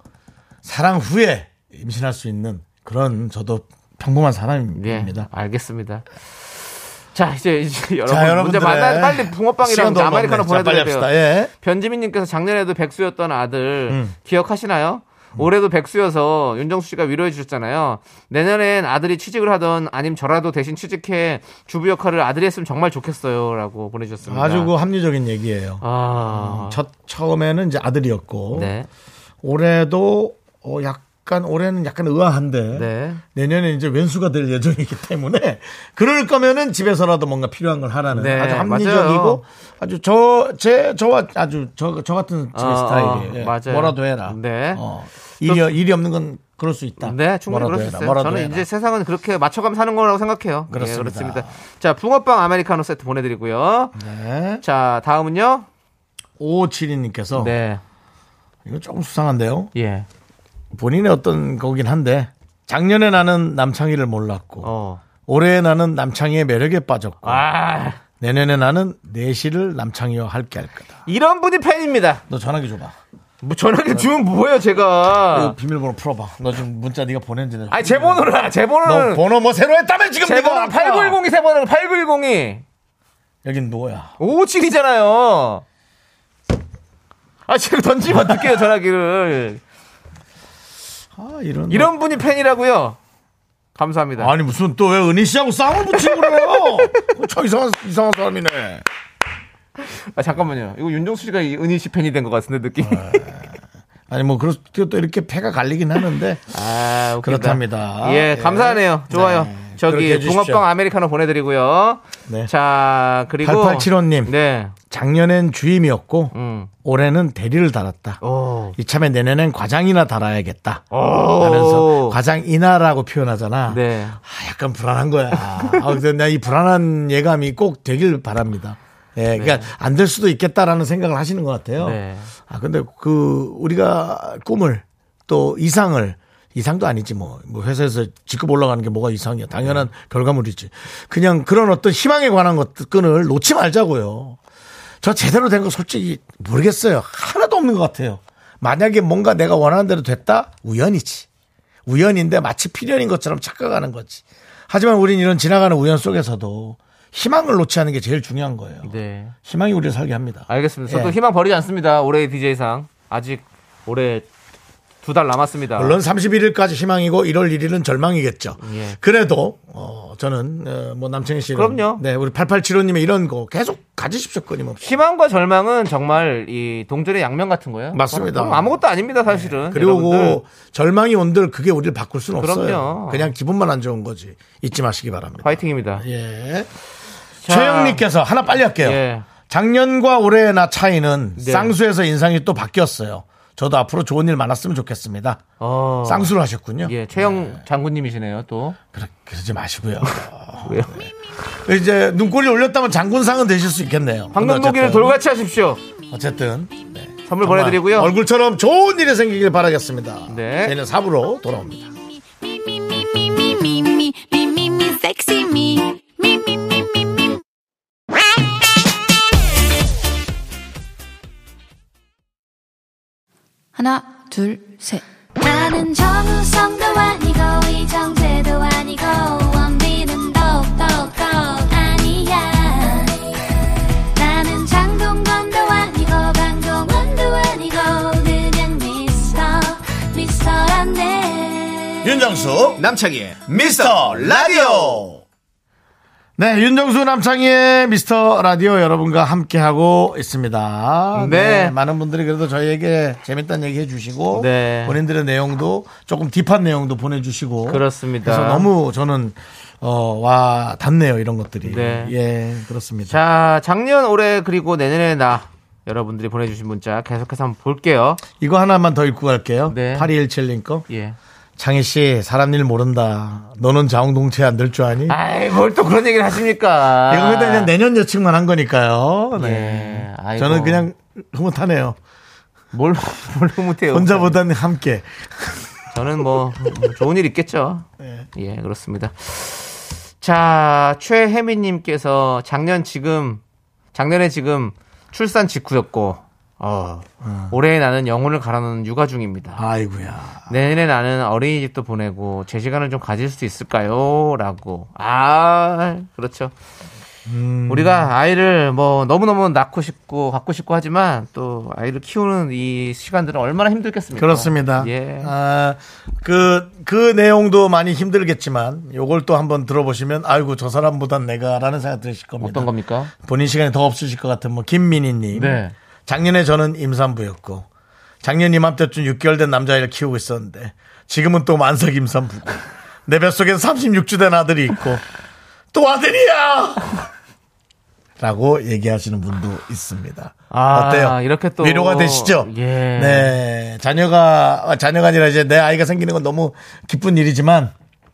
S2: 사랑 후에 임신할 수 있는 그런 저도 평범한
S3: 예,
S2: 사람입니다.
S3: 알겠습니다. 자 이제, 이제 여러분
S2: 자,
S3: 문제
S2: 여러분들
S3: 만나 빨리 붕어빵이랑
S2: 시간도 얼마
S3: 아메리카노
S2: 없네. 자, 빨리
S3: 보내드려야 돼요.
S2: 합시다. 예. 음.
S3: 변지민님께서 작년에도 백수였던 아들 기억하시나요? 올해도 백수여서 윤정수 씨가 위로해 주셨잖아요. 내년엔 아들이 취직을 하던 아님 저라도 대신 취직해 주부 역할을 아들이 했으면 정말 좋겠어요라고 보내주셨습니다.
S2: 아주 그 음, 합리적인 얘기예요.
S3: 아,
S2: 첫 처음에는 이제 아들이었고
S3: 네,
S2: 올해도 어, 약간 올해는 약간 의아한데
S3: 네.
S2: 내년에 이제 왼수가 될 예정이기 때문에 그럴 거면은 집에서라도 뭔가 필요한 걸 하라는
S3: 네,
S2: 아주
S3: 맞아요.
S2: 합리적이고 아주 저 제 저와 아주 저, 저 같은 제
S3: 어,
S2: 스타일이에요. 예.
S3: 맞아요.
S2: 뭐라도 해라.
S3: 네.
S2: 어, 일이 일이 없는 건 그럴 수 있다.
S3: 네, 충분히
S2: 뭐라도
S3: 그럴 수
S2: 해라,
S3: 있어요.
S2: 뭐라도
S3: 저는
S2: 해라.
S3: 이제 세상은 그렇게 맞춰가면 사는 거라고 생각해요. 예,
S2: 그렇습니다.
S3: 그렇습니다. 자, 붕어빵 아메리카노 세트 보내드리고요.
S2: 네.
S3: 자, 다음은요.
S2: 5572님께서
S3: 네,
S2: 이거 조금 수상한데요.
S3: 예,
S2: 본인의 어떤 거긴 한데 작년에 나는 남창희를 몰랐고
S3: 어,
S2: 올해 나는 남창희의 매력에 빠졌고
S3: 아,
S2: 내년에 나는 내시를 남창희와 함께 할 거다.
S3: 이런 분이 팬입니다.
S2: 너 전화기 줘봐. 네.
S3: 뭐 전화기 주면 뭐예요,
S2: 이거
S3: 제가?
S2: 비밀번호 풀어봐. 너 지금 문자 네가 보낸지. 내가
S3: 아. 아니 제 번호라,
S2: 너
S3: 제 번호는
S2: 번호 뭐 새로 했다며 지금
S3: 제
S2: 네가
S3: 번호 8910이 세 번호는 8910이
S2: 여긴 누구야?
S3: 57이잖아요. 아 지금 던지면 어떡해요 전화기를?
S2: 네. 아 이런.
S3: 이런 분이 팬이라고요? 감사합니다.
S2: 아니 무슨 또 왜 은희 씨하고 싸움을 붙이고 그래요? 저 이상한 이상한 사람이네.
S3: 아, 잠깐만요. 이거 윤종수 씨가 이 은희 씨 팬이 된 것 같은데 느낌.
S2: 아니 뭐 그렇 또 이렇게 패가 갈리긴 하는데
S3: 아, 웃긴다.
S2: 그렇답니다.
S3: 예, 감사하네요. 좋아요.
S2: 네, 그렇게
S3: 저기
S2: 해주십시오.
S3: 붕어빵 아메리카노 보내드리고요.
S2: 네.
S3: 자 그리고
S2: 8875님.
S3: 네.
S2: 작년엔 주임이었고
S3: 음.
S2: 올해는 대리를 달았다.
S3: 오.
S2: 이참에 내년엔 과장이나 달아야겠다.
S3: 오.
S2: 하면서 과장이나라고 표현하잖아.
S3: 네.
S2: 아, 약간 불안한 거야. 아, 근데 내가 이 불안한 예감이 꼭 되길 바랍니다. 예, 그러니까 안 될 수도 있겠다라는 생각을 하시는 것 같아요.
S3: 네.
S2: 아, 근데 그 우리가 꿈을 또 이상을 이상도 아니지 뭐. 뭐 회사에서 직급 올라가는 게 뭐가 이상이야. 당연한 결과물이지. 그냥 그런 어떤 희망에 관한 것 끈을 놓지 말자고요. 저 제대로 된 거 솔직히 모르겠어요. 하나도 없는 것 같아요. 만약에 뭔가 내가 원하는 대로 됐다? 우연이지. 우연인데 마치 필연인 것처럼 착각하는 거지. 하지만 우린 이런 지나가는 우연 속에서도 희망을 놓지 않는 게 제일 중요한 거예요.
S3: 네.
S2: 희망이 우리를 살게 합니다.
S3: 알겠습니다. 저도
S2: 예.
S3: 희망 버리지 않습니다. 올해의 DJ상. 아직 올해 두 달 남았습니다.
S2: 물론 31일까지 희망이고 1월 1일은 절망이겠죠.
S3: 예.
S2: 그래도 어, 저는 어, 뭐 남창희 씨
S3: 그럼요.
S2: 네, 우리 8875님의 이런 거 계속 가지십시오 끊임없이.
S3: 희망과 절망은 정말 이 동전의 양면 같은 거예요.
S2: 맞습니다. 예.
S3: 그럼 아무것도 아닙니다, 사실은.
S2: 그리고
S3: 네, 여러분들.
S2: 절망이 온들 그게 우리를 바꿀 수는
S3: 그럼요.
S2: 없어요. 그냥 기분만 안 좋은 거지. 잊지 마시기 바랍니다.
S3: 화이팅입니다.
S2: 예.
S3: 자.
S2: 최영님께서 하나 빨리 할게요.
S3: 예.
S2: 작년과 올해의 나 차이는
S3: 네.
S2: 쌍수에서 인상이 또 바뀌었어요. 저도 앞으로 좋은 일 많았으면 좋겠습니다.
S3: 어.
S2: 쌍수를 하셨군요.
S3: 예, 최영 장군님이시네요, 또.
S2: 그러, 그러지 마시고요.
S3: 왜요?
S2: 이제 눈꼬리 올렸다면 장군상은 되실 수 있겠네요.
S3: 방금
S2: 근데
S3: 보기를
S2: 어쨌든,
S3: 돌같이 하십시오.
S2: 어쨌든 네.
S3: 선물 보내드리고요.
S2: 얼굴처럼 좋은 일이 생기길 바라겠습니다.
S3: 네.
S2: 저희는 4부로 돌아옵니다.
S4: me, me, me, me, me, 하나, 둘, 셋.
S5: 나는 정우성도 아니고 이정재도 아니고 원빈은 더욱더 아니야 나는 장동건도 아니고 강동원도 아니고 그냥 미스터 미스터란데
S2: 윤정수
S3: 남창희의
S2: 미스터 라디오 네 윤정수 남창희의 미스터 라디오 여러분과 함께하고 있습니다
S3: 네.
S2: 많은 분들이 그래도 저희에게 재밌다는 얘기 해주시고
S3: 네.
S2: 본인들의 내용도 조금 딥한 내용도 보내주시고
S3: 그렇습니다.
S2: 그래서 너무 저는 어, 와 닿네요 이런 것들이
S3: 네.
S2: 예 그렇습니다
S3: 자, 작년, 올해, 그리고 내년의 나. 여러분들이 보내주신 문자 계속해서 한번 볼게요.
S2: 이거 하나만 더 읽고 갈게요
S3: 네.
S2: 8217님 거
S3: 예.
S2: 창희씨 사람 일 모른다 너는 자웅동체 안 될 줄 아니
S3: 아이, 뭘 또 그런 얘기를 하십니까?
S2: 이거 그냥 내년 여친만 한 거니까요. 네.
S3: 아. 예, 아이고.
S2: 저는 그냥 흐뭇하네요.
S3: 뭘, 뭘 못해요.
S2: 혼자보다는 함께.
S3: 저는 뭐, 뭐 좋은 일 있겠죠.
S2: 네.
S3: 예, 그렇습니다. 자, 최혜민님께서 작년 지금, 작년에 지금 출산 직후였고, 어, 올해 나는 영혼을 갈아넣는 육아 중입니다.
S2: 아이고야.
S3: 내년에 나는 어린이집도 보내고 제 시간을 좀 가질 수 있을까요? 라고. 아, 그렇죠.
S2: 음.
S3: 우리가 아이를 뭐 너무너무 낳고 싶고 갖고 싶고 하지만 또 아이를 키우는 이 시간들은 얼마나 힘들겠습니까?
S2: 그렇습니다.
S3: 그러니까. 예.
S2: 아, 그, 그 내용도 많이 힘들겠지만, 요걸 또 한번 들어보시면, 아이고, 저 사람보단 내가, 라는 생각 드실 겁니다.
S3: 어떤 겁니까?
S2: 본인 시간이 더 없으실 것 같은, 뭐, 김민희님.
S3: 네.
S2: 작년에 저는 임산부였고, 작년 이맘때쯤 6개월 된 남자아이를 키우고 있었는데, 지금은 또 만석 임산부고, 내 뱃속엔 36주 된 아들이 있고, 또 아들이야! 라고 얘기하시는 분도 있습니다.
S3: 아,
S2: 어때요?
S3: 이렇게 또-
S2: 위로가 되시죠?
S3: 예.
S2: 네. 자녀가, 아, 자녀가 아니라 이제 내 아이가 생기는 건 너무 기쁜 일이지만,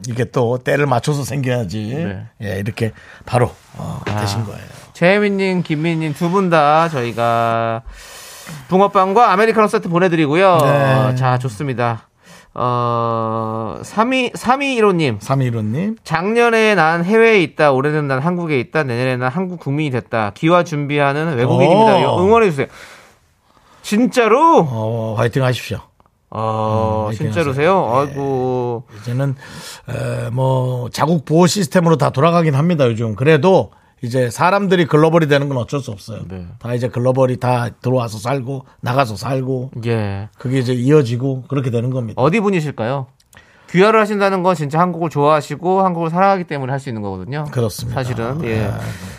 S2: 이게 또 때를 맞춰서 생겨야지.
S3: 네. 아.
S2: 예, 이렇게 바로, 어, 되신 거예요.
S3: 최혜민님, 김민님 두 분 다 저희가 붕어빵과 아메리카노 세트 보내드리고요.
S2: 네.
S3: 자, 좋습니다. 어, 3위, 3위 1호님.
S2: 315님.
S3: 작년에 난 해외에 있다, 올해는 난 한국에 있다, 내년에 난 한국 국민이 됐다. 기와 준비하는 외국인입니다.
S2: 오.
S3: 응원해 주세요. 진짜로?
S2: 어, 화이팅 하십시오.
S3: 어,
S2: 음,
S3: 진짜로세요? 아이고.
S2: 이제는 에, 뭐 자국 보호 시스템으로 다 돌아가긴 합니다 요즘 그래도 이제 사람들이 글로벌이 되는 건 어쩔 수 없어요
S3: 네.
S2: 다 이제 글로벌이 다 들어와서 살고 나가서 살고
S3: 예.
S2: 그게 이제 이어지고 그렇게 되는 겁니다
S3: 어디 분이실까요? 귀화를 하신다는 건 진짜 한국을 좋아하시고 한국을 사랑하기 때문에 할 수 있는 거거든요.
S2: 그렇습니다. 네.
S3: 사실은 예.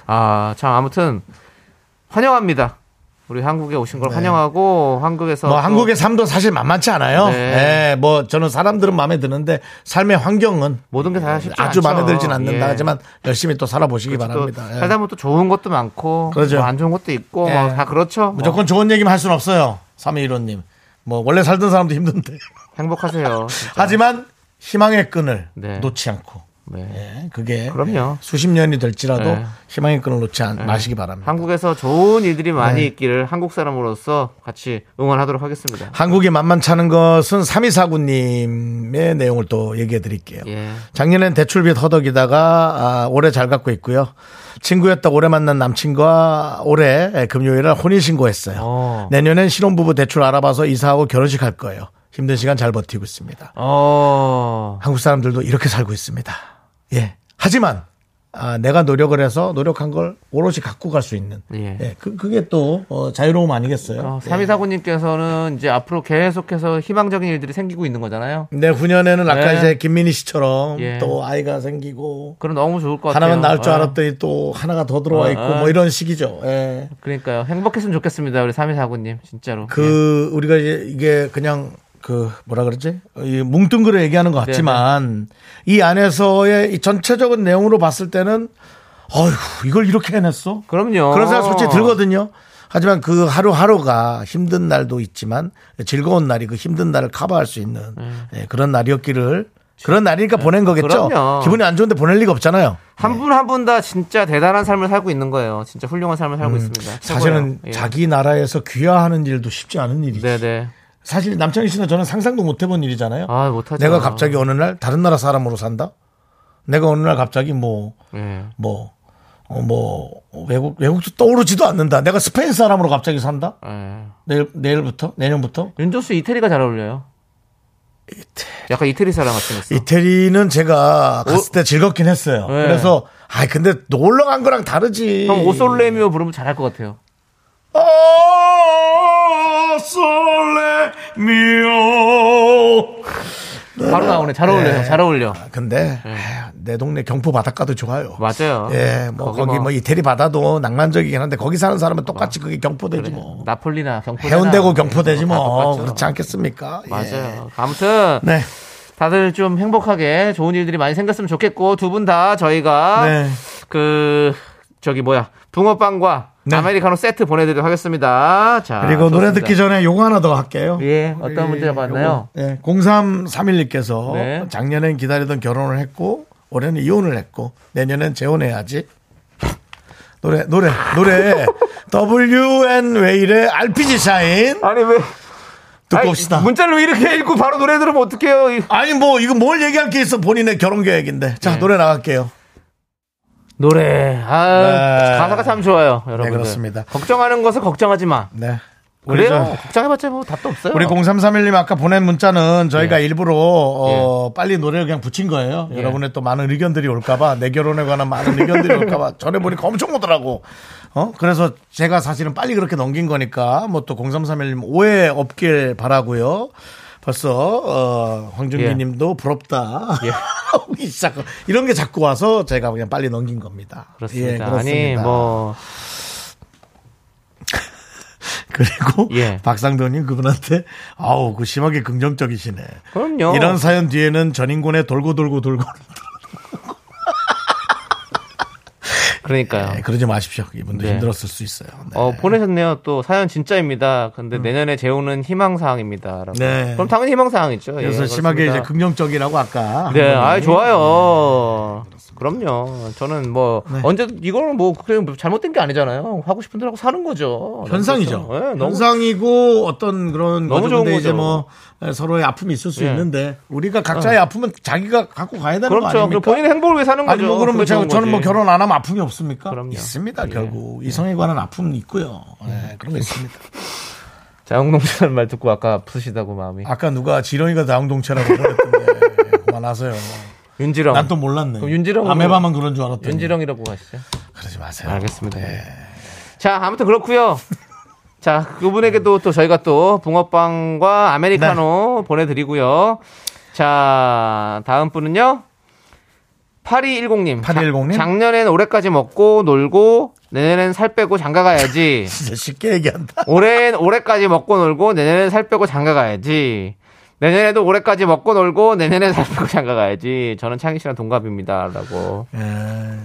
S3: 아, 참 아무튼 환영합니다. 우리 한국에 오신 걸 환영하고 한국에서
S2: 네. 뭐
S3: 또-
S2: 한국의 삶도 사실 만만치 않아요
S3: 어, 네.
S2: 예, 뭐 저는 사람들은 마음에 드는데 삶의 환경은
S3: 모든 게다 쉽지
S2: 아주
S3: 않죠.
S2: 마음에 들진 않는다
S3: 예.
S2: 하지만 열심히 또 살아보시기
S3: 그렇죠. 또
S2: 바랍니다 예.
S3: 살다 그렇죠. 보면 또 좋은 것도 많고
S2: 그러죠.
S3: 뭐안 좋은 것도 있고
S2: 예.
S3: 뭐다 그렇죠. 뭐
S2: 무조건 좋은 얘기만 할 수는 없어요 321호님 뭐 원래 살던 사람도 힘든데
S3: 행복하세요. 진짜.
S2: 하지만 희망의 끈을
S3: 네.
S2: 놓지 않고
S3: 네.
S2: 예, 그게
S3: 그럼요.
S2: 수십 년이 될지라도
S3: 네.
S2: 희망의 끈을 놓지 않, 마시기 바랍니다.
S3: 한국에서 좋은 일들이 많이 있기를 한국 사람으로서 같이 응원하도록 하겠습니다.
S2: 한국이 만만찮은 것은 3249님의 내용을 또 얘기해 드릴게요.
S3: 예.
S2: 작년엔 대출빚 허덕이다가 아, 올해 잘 갚고 있고요. 친구였다 올해 만난 남친과 올해 금요일에 혼인신고했어요.
S3: 어.
S2: 내년엔 신혼부부 대출 알아봐서 이사하고 결혼식 할 거예요. 힘든 시간 잘 버티고 있습니다.
S3: 어.
S2: 한국 사람들도 이렇게 살고 있습니다. 예. 하지만 아, 내가 노력을 해서 노력한 걸 오롯이 갖고 갈 수 있는
S3: 예.
S2: 예, 그, 그게 또 어, 자유로움 아니겠어요? 예.
S3: 어, 3249님께서는 이제 앞으로 계속해서 희망적인 일들이 생기고 있는 거잖아요.
S2: 내 후년에는 아까
S3: 네.
S2: 이제 김민희 씨처럼
S3: 예.
S2: 또 아이가 생기고
S3: 그럼 너무 좋을 것 같아요.
S2: 하나만 나을 줄
S3: 어,
S2: 알았더니 또 하나가 더 들어와 있고
S3: 어, 어.
S2: 뭐 이런 식이죠. 예.
S3: 그러니까요. 행복했으면 좋겠습니다. 우리 3249님. 진짜로. 예.
S2: 그 우리가 이제 이게 그냥 그 뭐라 그러지 이 뭉뚱그려 얘기하는
S3: 네,
S2: 것 같지만 이 안에서의 이 전체적인 내용으로 봤을 때는 어휴 이걸 이렇게 해냈어?
S3: 그럼요.
S2: 그런 생각
S3: 어.
S2: 솔직히 들거든요. 하지만 그 하루하루가 힘든 날도 있지만 즐거운 날이 그 힘든 날을 커버할 수 있는 예, 그런 날이었기를 그런 날이니까 보낸 거겠죠.
S3: 음. 예, 그럼요.
S2: 기분이 안 좋은데 보낼 리가 없잖아요.
S3: 한 분 한 분 다 진짜 대단한 삶을 살고 있는 거예요. 진짜 훌륭한 삶을 살고 있습니다.
S2: 사실은
S3: 최고예요. 예.
S2: 자기 나라에서 귀화하는 일도 쉽지 않은 일이지.
S3: 네네.
S2: 사실 남창희 씨는 저는 상상도 못 해본 일이잖아요.
S3: 아 못하죠.
S2: 내가 갑자기 어느 날 다른 나라 사람으로 산다? 내가 어느 날 갑자기 뭐,
S3: 예.
S2: 뭐, 어, 뭐 외국 외국도 떠오르지도 않는다. 내가 스페인 사람으로 갑자기 산다?
S3: 예.
S2: 내일 내일부터 내년부터?
S3: 윤정수 이태리가 잘 어울려요. 약간 이태리 사람 같은 거 있어.
S2: 이태리는 제가 갔을 때 즐겁긴 했어요.
S3: 네.
S2: 그래서 아 근데 놀러 간 거랑 다르지.
S3: 형 오솔레미오 부르면 잘할 것 같아요.
S2: 오 솔레 미오.
S3: 바로 나오네. 잘 어울려.
S2: 네.
S3: 요잘 어울려.
S2: 아, 근데 에휴, 내 동네 경포 바닷가도 좋아요.
S3: 맞아요.
S2: 예, 뭐 거기, 뭐 이태리 바다도 낭만적이긴 한데 거기 사는 사람은 똑같이 그게 경포대지 뭐.
S3: 어. 나폴리나 경포
S2: 해운대고 경포대지 뭐 그렇지 않겠습니까? 예.
S3: 맞아요. 아무튼
S2: 네.
S3: 다들 좀 행복하게 좋은 일들이 많이 생겼으면 좋겠고 두 분 다 저희가
S2: 네.
S3: 그 저기 뭐야 붕어빵과
S2: 네.
S3: 아메리카노 세트 보내드리도록 하겠습니다. 자
S2: 그리고 노래
S3: 아, 좋습니다.
S2: 듣기 전에 요거 하나 더 할게요.
S3: 예 어떤 문제 받나요?
S2: 예, 0331님께서
S3: 네.
S2: 작년엔 기다리던 결혼을 했고 올해는 이혼을 했고 내년엔 재혼해야지. 노래 노래 노래 WN 웨일의 RPG 샤인
S3: 아니 왜
S2: 듣고 옵시다.
S3: 아니, 문자를 왜 이렇게 읽고 바로 노래 들으면 어떡해요? 이-
S2: 아니 뭐 이거 뭘 얘기할 게 있어 본인의 결혼 계획인데. 자
S3: 네.
S2: 노래 나갈게요.
S3: 노래 아
S2: 네.
S3: 가사가 참 좋아요, 여러분.
S2: 그렇습니다.
S3: 걱정하는 것을 걱정하지 마.
S2: 네. 우리
S3: 그래요?
S2: 저-
S3: 걱정해봤자 뭐 답도 없어요.
S2: 우리 0331님 아까 보낸 문자는 저희가 일부러 어, 빨리 노래를 그냥 붙인 거예요.
S3: 예.
S2: 여러분의 또 많은 의견들이 올까봐 내 결혼에 관한 많은 의견들이 올까봐 전에 보니까 엄청 오더라고. 어? 그래서 제가 사실은 빨리 그렇게 넘긴 거니까 뭐 또 0331님 오해 없길 바라고요. 벌써 어,
S3: 예.
S2: 황준기님도 부럽다. 이 자꾸 이런 게 자꾸 와서 제가 그냥 빨리 넘긴 겁니다.
S3: 그렇습니다.
S2: 예, 그렇습니다.
S3: 아니 뭐
S2: 그리고
S3: 예.
S2: 박상도님 그분한테 아우 그 심하게 긍정적이시네.
S3: 그럼요.
S2: 이런 사연 뒤에는 전인곤의 돌고 돌고 돌고
S3: 그러니까요.
S2: 네, 그러지 마십시오. 이분도
S3: 아. 네.
S2: 힘들었을 수 있어요. 네.
S3: 어, 보내셨네요. 또 사연 진짜입니다. 근데 내년에 재우는 희망사항입니다. 라고.
S2: 음. 네.
S3: 그럼 당연히 희망사항이죠.
S2: 그래서
S3: 예,
S2: 심하게 이제
S3: 그렇습니다.
S2: 긍정적이라고 아까
S3: 네,
S2: 한
S3: 아
S2: 분이.
S3: 좋아요.
S2: 네,
S3: 그럼요. 저는 뭐 언제 이거는 뭐 그냥 잘못된 게 아니잖아요. 하고 싶은 대로 하고 사는 거죠.
S2: 현상이죠.
S3: 네, 너무
S2: 현상이고 어떤 그런
S3: 너무
S2: 거죠.
S3: 좋은
S2: 근데 이제
S3: 거죠.
S2: 뭐 에, 서로의 아픔이 있을 수
S3: 예.
S2: 있는데 우리가 각자의 아픔은 자기가 갖고 가야 되는 거
S3: 그렇죠.
S2: 아닙니까?
S3: 그리고 본인의 행복을 위해 사는 거죠.
S2: 아니 뭐 그럼 뭐
S3: 그게
S2: 제가
S3: 좋은
S2: 저는 뭐
S3: 거지.
S2: 결혼 안 하면 아픔이 없습니까?
S3: 그럼요. 예.
S2: 있습니다 결국 이성에 관한 아픔은 있고요. 네, 그런 거 있습니다.
S3: 자영농사라는 말 듣고 아까 아프시다고 마음이.
S2: 아까 누가 지렁이가 다홍동체라고 보냈던데 그만하세요.
S3: 윤지렁.
S2: 난 또 몰랐네.
S3: 그럼 윤지렁으로-
S2: 아메바만 그런 줄 알았더니.
S3: 윤지렁이라고 하시죠.
S2: 그러지 마세요.
S3: 네, 알겠습니다. 자, 아무튼 그렇고요. 자, 그분에게도 또 저희가 또 붕어빵과 아메리카노 보내드리고요. 자, 다음 분은요. 8210님.
S2: 8210 님?
S3: 작년엔 올해까지 먹고 놀고 내년엔 살 빼고 장가 가야지.
S2: 진짜 쉽게 얘기한다.
S3: 올해엔 올해까지 먹고 놀고 내년엔 살 빼고 장가 가야지. 내년에도 올해까지 먹고 놀고 내년엔 살 빼고 장가 가야지. 저는 창희 씨랑 동갑입니다라고.
S2: 예.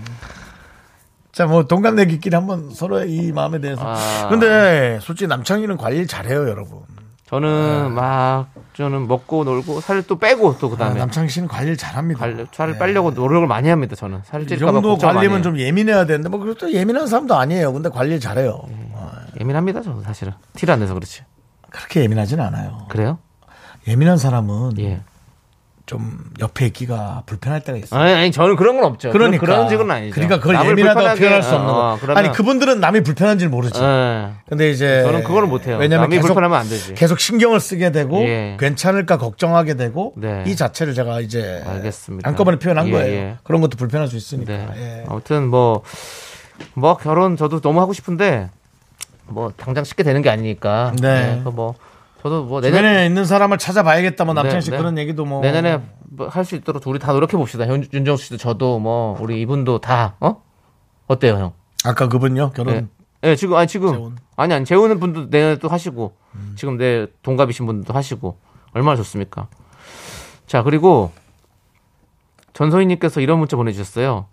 S2: 자, 뭐 동갑내기끼리 한번 서로의 이 마음에 대해서.
S3: 아.
S2: 근데 솔직히 남창희는 관리를 잘해요, 여러분.
S3: 저는 막 저는 먹고 놀고 살을 또 빼고 또
S2: 아,
S3: 그다음에
S2: 남창희 씨는 관리를 잘합니다. 예.
S3: 갈- 살을 빼려고 노력을 많이 합니다. 저는 살을
S2: 이
S3: 찔까 봐
S2: 정도
S3: 걱정 네. 많이 해요.
S2: 관리면 좀 예민해야 되는데 뭐 그래도 또 예민한 사람도 아니에요. 근데 관리를 잘해요.
S3: 음.
S2: 아,
S3: 예민합니다. 저는 사실은 티를 안 내서 그렇지.
S2: 그렇게 예민하진 않아요.
S3: 그래요?
S2: 예민한 사람은
S3: 예.
S2: 좀 옆에 있기가 불편할 때가 있어요.
S3: 아니, 아니 저는 그런 건 없죠.
S2: 그러니까
S3: 그런, 그런 직은 아니죠.
S2: 그러니까 그걸
S3: 남을
S2: 예민하다고
S3: 불편하게-
S2: 표현할 수 없는
S3: 어,
S2: 거.
S3: 어, 그러면-
S2: 아니 그분들은 남이 불편한지를 모르지.
S3: 예.
S2: 근데 이제
S3: 저는 그거를 못해요.
S2: 왜냐면
S3: 남이
S2: 계속,
S3: 불편하면 안 되지.
S2: 계속 신경을 쓰게 되고
S3: 예.
S2: 괜찮을까 걱정하게 되고
S3: 네.
S2: 이 자체를 제가 이제
S3: 알겠습니다.
S2: 한꺼번에 표현한
S3: 예,
S2: 거예요.
S3: 예.
S2: 그런 것도 불편할 수 있으니까.
S3: 네.
S2: 예.
S3: 아무튼 뭐 뭐 결혼 저도 너무 하고 싶은데 뭐 당장 쉽게 되는 게 아니니까.
S2: 네.
S3: 그래서 뭐 저도 뭐 내년
S2: 주변에 있는 사람을 찾아봐야겠다. 뭐 남창희
S3: 네,
S2: 씨
S3: 네.
S2: 그런 얘기도 뭐
S3: 내년에 할 수 있도록 우리 다 노력해 봅시다. 윤정수 씨도 저도 뭐 우리 이분도 다 어? 어때요, 형?
S2: 아까 그분요 결혼.
S3: 예. 예, 지금 아니 지금
S2: 재혼.
S3: 아니 아니 재우는 분도 내년에 또 하시고 지금 내 동갑이신 분도 하시고 얼마나 좋습니까? 자, 그리고 전소희 님께서 이런 문자 보내 주셨어요.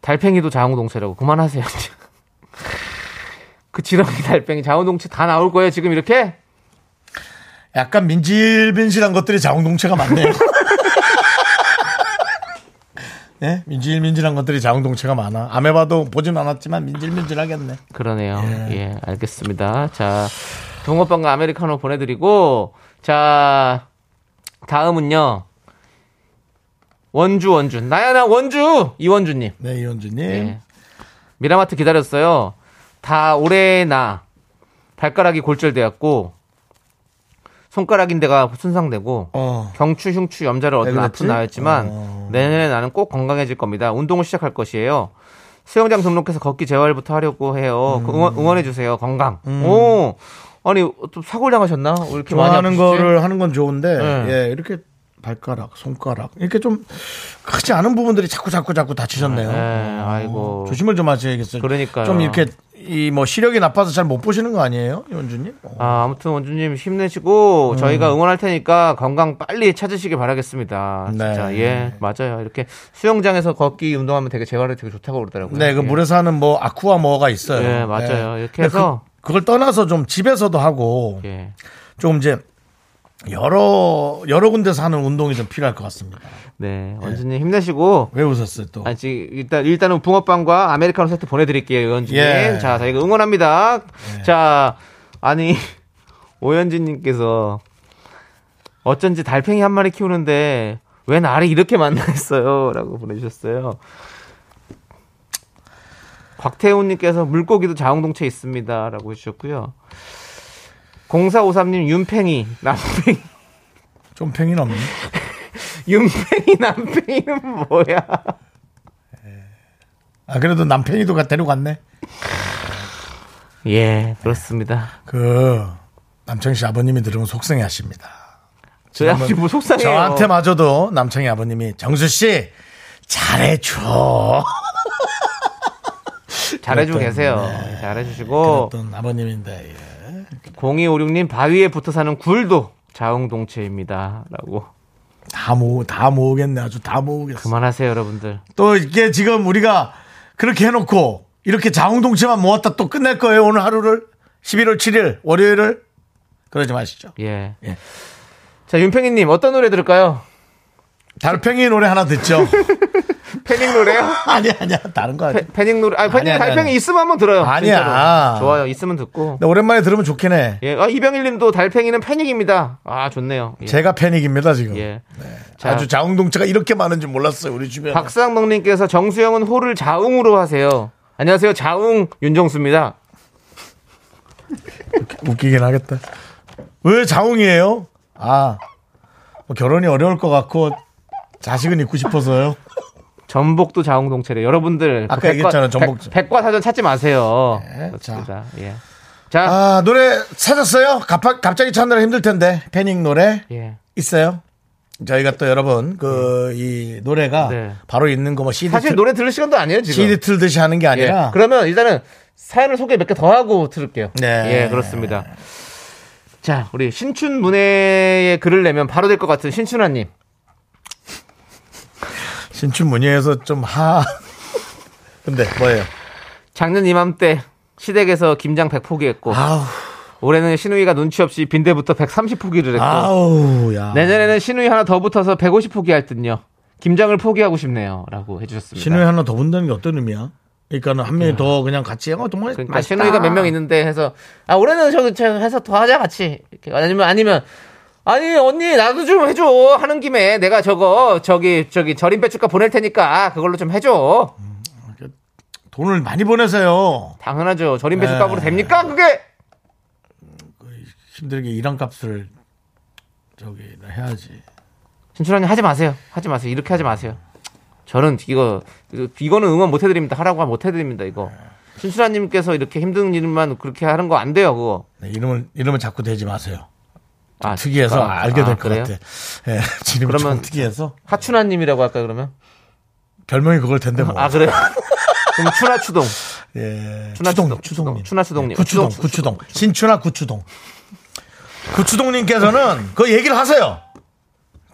S3: 달팽이도 자웅동체라고 그만하세요. 그 지렁이 달팽이 자웅동체 다 나올 거예요, 지금 이렇게?
S2: 약간 민질민질한 것들이 자웅동체가 많네요. 네? 민질민질한 것들이 자웅동체가 많아. 아메바도 보진 않았지만 민질민질하겠네.
S3: 그러네요. 예, 알겠습니다. 자, 붕어빵과 아메리카노 보내드리고, 자, 다음은요. 원주, 원주. 나야나 원주! 이원주님.
S2: 네, 이현주님.
S3: 예. 미라마트 기다렸어요. 다 올해 나 발가락이 골절되었고 손가락인 데가 손상되고
S2: 어.
S3: 경추, 흉추, 염좌를 얻은
S2: 왜
S3: 아픈
S2: 네, 그랬지?
S3: 나였지만
S2: 어.
S3: 내년에 나는 꼭 건강해질 겁니다. 운동을 시작할 것이에요. 수영장 등록해서 걷기 재활부터 하려고 해요. 그
S2: 음.
S3: 응원, 응원해 주세요. 건강. 오, 아니 또 사고를 당하셨나? 왜 이렇게 많이
S2: 좋아하는
S3: 아프시지?
S2: 거를 하는 건 좋은데
S3: 네.
S2: 예 이렇게 발가락 손가락 이렇게 좀 크지 않은 부분들이 자꾸 자꾸 자꾸 다치셨네요.
S3: 네, 아이고.
S2: 어, 조심을 좀 하셔야겠어요.
S3: 그러니까요.
S2: 좀 이렇게 이 뭐 시력이 나빠서 잘 못 보시는 거 아니에요, 연준님? 어.
S3: 아, 아무튼 원주님
S2: 음.
S3: 힘내시고 저희가 응원할 테니까 건강 빨리 찾으시길 바라겠습니다. 진짜
S2: 네.
S3: 예 맞아요. 이렇게 수영장에서 걷기 운동하면 되게 재활에 되게 좋다고 그러더라고요.
S2: 네, 그
S3: 예.
S2: 물에서 하는 뭐 아쿠아 뭐가 있어요.
S3: 예, 맞아요.
S2: 예. 근데
S3: 이렇게 해서-
S2: 그, 그걸 떠나서 좀 집에서도 하고
S3: 예.
S2: 좀 이제 여러 여러 군데서 하는 운동이 좀 필요할 것 같습니다.
S3: 네 원주님 힘내시고.
S2: 왜 웃었어요 또?
S3: 아, 지금 일단 일단은 붕어빵과 아메리카노 세트 보내드릴게요, 원주님.
S2: 예.
S3: 자, 저희가 응원합니다. 자, 아니 오현진님께서 어쩐지 달팽이 한 마리 키우는데 웬 알이 이렇게 많나 했어요. 라고 보내주셨어요. 곽태훈님께서 물고기도 자웅동체 있습니다. 라고 해주셨고요. 0453님, 윤팽이, 남팽이.
S2: 좀 평이 없네.
S3: 윤팽이, 남팽이는 뭐야?
S2: 아 그래도 남편이도가 데려갔네.
S3: 예, 그렇습니다.
S2: 그 남창희 씨 아버님이 들으면 속상해하십니다.
S3: 저희 아버지 뭐 속상해요.
S2: 저한테마저도 남창희 아버님이 정수 씨 잘해줘. 그랬던,
S3: 잘해주고 계세요.
S2: 네.
S3: 잘해주시고
S2: 어떤 아버님인데 예.
S3: 0256님 바위에 붙어 사는 굴도 자웅동체입니다라고
S2: 다 모으 다 모으겠네 아주 다 모으겠어.
S3: 그만하세요 여러분들.
S2: 또 이게 지금 우리가 그렇게 해놓고 이렇게 자웅동체만 모았다 또 끝낼 거예요 오늘 하루를 11월 7일 월요일을 그러지 마시죠.
S3: 예.
S2: 예.
S3: 자 윤팽이님 어떤 노래 들을까요?
S2: 달팽이 노래 하나 듣죠.
S3: 패닉 노래요?
S2: 아니 야 아니야 다른 거 아니야.
S3: 패, 패닉 노래. 아
S2: 아니야,
S3: 패닉
S2: 아니야,
S3: 달팽이
S2: 아니야.
S3: 있으면 한번 들어요.
S2: 아니야.
S3: 진짜로. 좋아요. 있으면 듣고.
S2: 근데 오랜만에 들으면 좋긴 해.
S3: 예. 아 이병일님도 달팽이는 패닉입니다. 아 좋네요. 예.
S2: 제가 패닉입니다 지금.
S3: 예. 자,
S2: 아주 자웅동체가 이렇게 많은 줄 몰랐어요 우리 주변에.
S3: 박상덕님께서 정수영은 호를 자웅으로 하세요. 안녕하세요 자웅 윤정수입니다.
S2: 웃기긴 하겠다. 왜 자웅이에요? 아, 뭐 결혼이 어려울 것 같고 자식은 있고 싶어서요.
S3: 전복도 자웅동체래. 여러분들
S2: 아까
S3: 그 백과-
S2: 얘기했잖아요, 전복.
S3: 백- 백과사전 찾지 마세요.
S2: 네,
S3: 그렇습니다. 예. 자,
S2: 아, 노래 찾았어요? 갑, 갑자기 찾느라 힘들 텐데. 패닉 노래
S3: 예.
S2: 있어요? 저희가 또 여러분 그 이 노래가
S3: 네.
S2: 바로 있는 거 뭐 CD
S3: 사실
S2: 틀,
S3: 노래 들을 시간도 아니에요 지금.
S2: CD 틀듯이 하는 게
S3: 예.
S2: 아니라
S3: 그러면 일단은 사연을 소개 몇 개 더 하고 들을게요.
S2: 네.
S3: 예, 그렇습니다. 자, 우리 신춘 문예에 글을 내면 바로 될 것 같은 신춘하님.
S2: 신춘문예에서 좀 하. 근데 뭐예요?
S3: 작년 이맘때 시댁에서 김장 100 포기했고
S2: 아우,
S3: 올해는 신우이가 눈치 없이 빈대부터 130 포기를 했고
S2: 아우, 야.
S3: 내년에는 신우이 하나 더 붙어서 150 포기할 듯요. 김장을 포기하고 싶네요라고 해주셨습니다.
S2: 신우이 하나 더 본다는 게 어떤 의미야? 그러니까는 한 명이 더 그냥 같이 어 정말
S3: 그러니까
S2: 맛있다.
S3: 신우이가 몇 명 있는데 해서 아 올해는 저도 제가 해서 더 하자 같이 이렇게 아니면 아니면 아니 언니 나도 좀 해줘 하는 김에 내가 저거 저기 저기 절임 배추가 보낼 테니까 그걸로 좀 해줘
S2: 돈을 많이 보내세요.
S3: 당연하죠 절임 배추
S2: 네.
S3: 값으로 됩니까 그게
S2: 힘들게 일한 값을 저기 해야지.
S3: 신춘언니 하지 마세요 하지 마세요 이렇게 하지 마세요 저는 이거 이거는 응원 못 해드립니다 하라고 하면 못 해드립니다 이거
S2: 네.
S3: 신춘아님께서 이렇게 힘든 일만 그렇게 하는 거 안 돼요 그거
S2: 네, 이름을 이름을 자꾸 대지 마세요.
S3: 아,
S2: 특이해서
S3: 아,
S2: 알게 될
S3: 아,
S2: 것
S3: 그래요?
S2: 같아. 예, 지금
S3: 그러면-
S2: 좀 특이해서
S3: 하춘아님이라고 할까 요 그러면
S2: 별명이 그걸 텐데 뭐.
S3: 아 그래요 그럼 추나추동
S2: 예.
S3: 추나
S2: 추동,
S3: 추동,
S2: 추동님. 예,
S3: 추나 추동님.
S2: 구추동,
S3: 추동,
S2: 구추동, 신추나 구추동. 구추동님께서는 그 얘기를 하세요.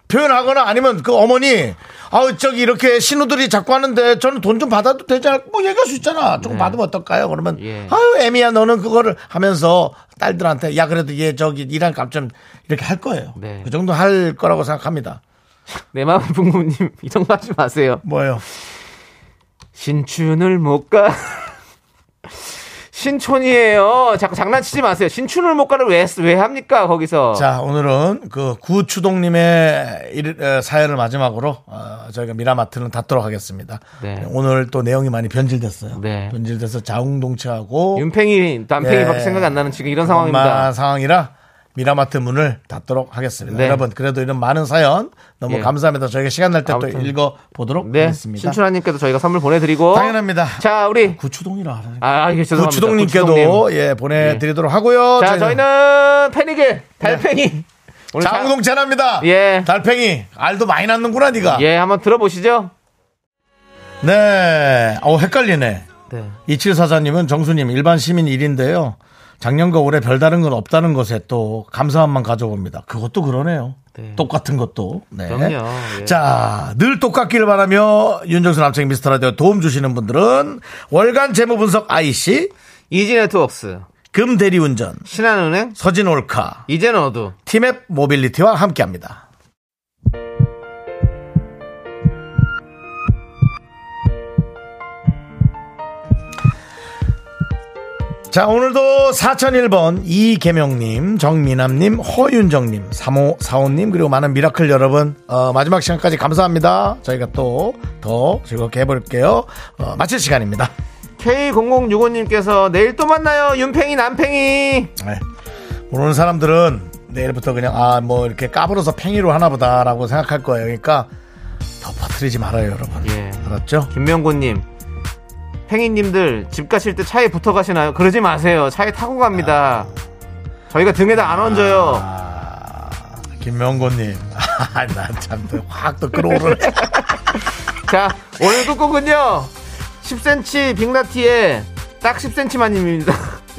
S2: 표현하거나 아니면 그 어머니, 아우 저기 이렇게 신우들이 자꾸 하는데 저는 돈 좀 받아도 되지 않을까? 뭐 얘기할 수 있잖아. 조금
S3: 네.
S2: 받으면 어떨까요? 그러면
S3: 예.
S2: 아유 애미야 너는 그거를 하면서 딸들한테 야 그래도 얘 저기 일한 값 좀 이렇게 할 거예요.
S3: 네.
S2: 그 정도 할 거라고 생각합니다.
S3: 내 마음 부모님 이 정도 하지 마세요.
S2: 뭐예요?
S3: 신춘을 못 가. 신촌이에요. 자꾸 장난치지 마세요. 신춘을 못 가를 왜, 왜 합니까, 거기서?
S2: 자, 오늘은 그 구추동님의 일- 에, 사연을 마지막으로 어, 저희가 미라마트는 닫도록 하겠습니다.
S3: 네.
S2: 오늘 또 내용이 많이 변질됐어요.
S3: 네.
S2: 변질돼서 자웅동체하고
S3: 윤팽이, 남팽이밖에
S2: 예.
S3: 생각이 안 나는 지금 이런
S2: 엄마
S3: 상황입니다.
S2: 상황이라 미라마트 문을 닫도록 하겠습니다.
S3: 네.
S2: 여러분 그래도 이런 많은 사연 너무
S3: 예.
S2: 감사합니다. 저희가 시간 날 때 또
S3: 아무튼.
S2: 읽어 보도록
S3: 네.
S2: 하겠습니다.
S3: 신춘하님께도 저희가 선물 보내드리고.
S2: 당연합니다.
S3: 자, 우리.
S2: 구추동이라 하라니까.
S3: 아, 이게 죄송합니다. 구추동님. 네.
S2: 구추동님께도 예 보내드리도록 하고요. 네.
S3: 자, 저희는 패닉의 달팽이. 오늘 자-
S2: 자웅동체랍니다.
S3: 예.
S2: 달팽이 알도 많이 낳는구나 네가.
S3: 예, 한번 들어보시죠.
S2: 네. 어 헷갈리네.
S3: 네.
S2: 이칠사사님은 정수님 일반 시민 일인데요. 작년과 올해 별다른 건 없다는 것에 또 감사함만 가져봅니다. 그것도 그러네요.
S3: 네.
S2: 똑같은 것도. 네.
S3: 그럼요. 예.
S2: 자, 늘 똑같길 바라며 윤정수 남창 미스터 라디오 도움 주시는 분들은 월간 재무 분석 IC,
S3: 이지 네트웍스,
S2: 금 대리운전,
S3: 신한은행,
S2: 서진 올카,
S3: 이젠 어두.
S2: 티맵 모빌리티와 함께합니다. 자 오늘도 4001번 이계명님 정미남님 허윤정님 3545님 그리고 많은 미라클 여러분 어, 마지막 시간까지 감사합니다 저희가 또 더 즐겁게 해볼게요 어, 마칠 시간입니다
S3: K0065님께서 내일 또 만나요. 윤팽이, 남팽이.
S2: 네. 모르는 사람들은 내일부터 그냥 아 뭐 이렇게 까불어서 팽이로 하나보다라고 생각할 거예요. 그러니까 더 퍼뜨리지 말아요, 여러분.
S3: 예.
S2: 알았죠?
S3: 김명곤님. 팽이님들 집 가실 때 차에 붙어 가시나요? 그러지 마세요. 차에 타고 갑니다. 저희가 등에다 안 얹어요.
S2: 아, 김명곤님, 아난참확또 끌어오르네.
S3: 자, 오늘 끝곡은요. 10cm 빅나티의 딱 10cm만입니다.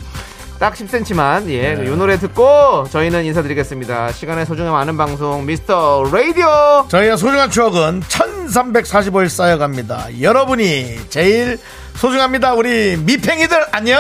S3: 딱 10cm만. 예, 이 노래 듣고 저희는 인사드리겠습니다. 시간의 소중함 아는 방송 미스터 라디오.
S2: 저희의 소중한 추억은 1,345일 쌓여갑니다. 여러분이 제일 소중합니다. 우리 미팽이들 안녕.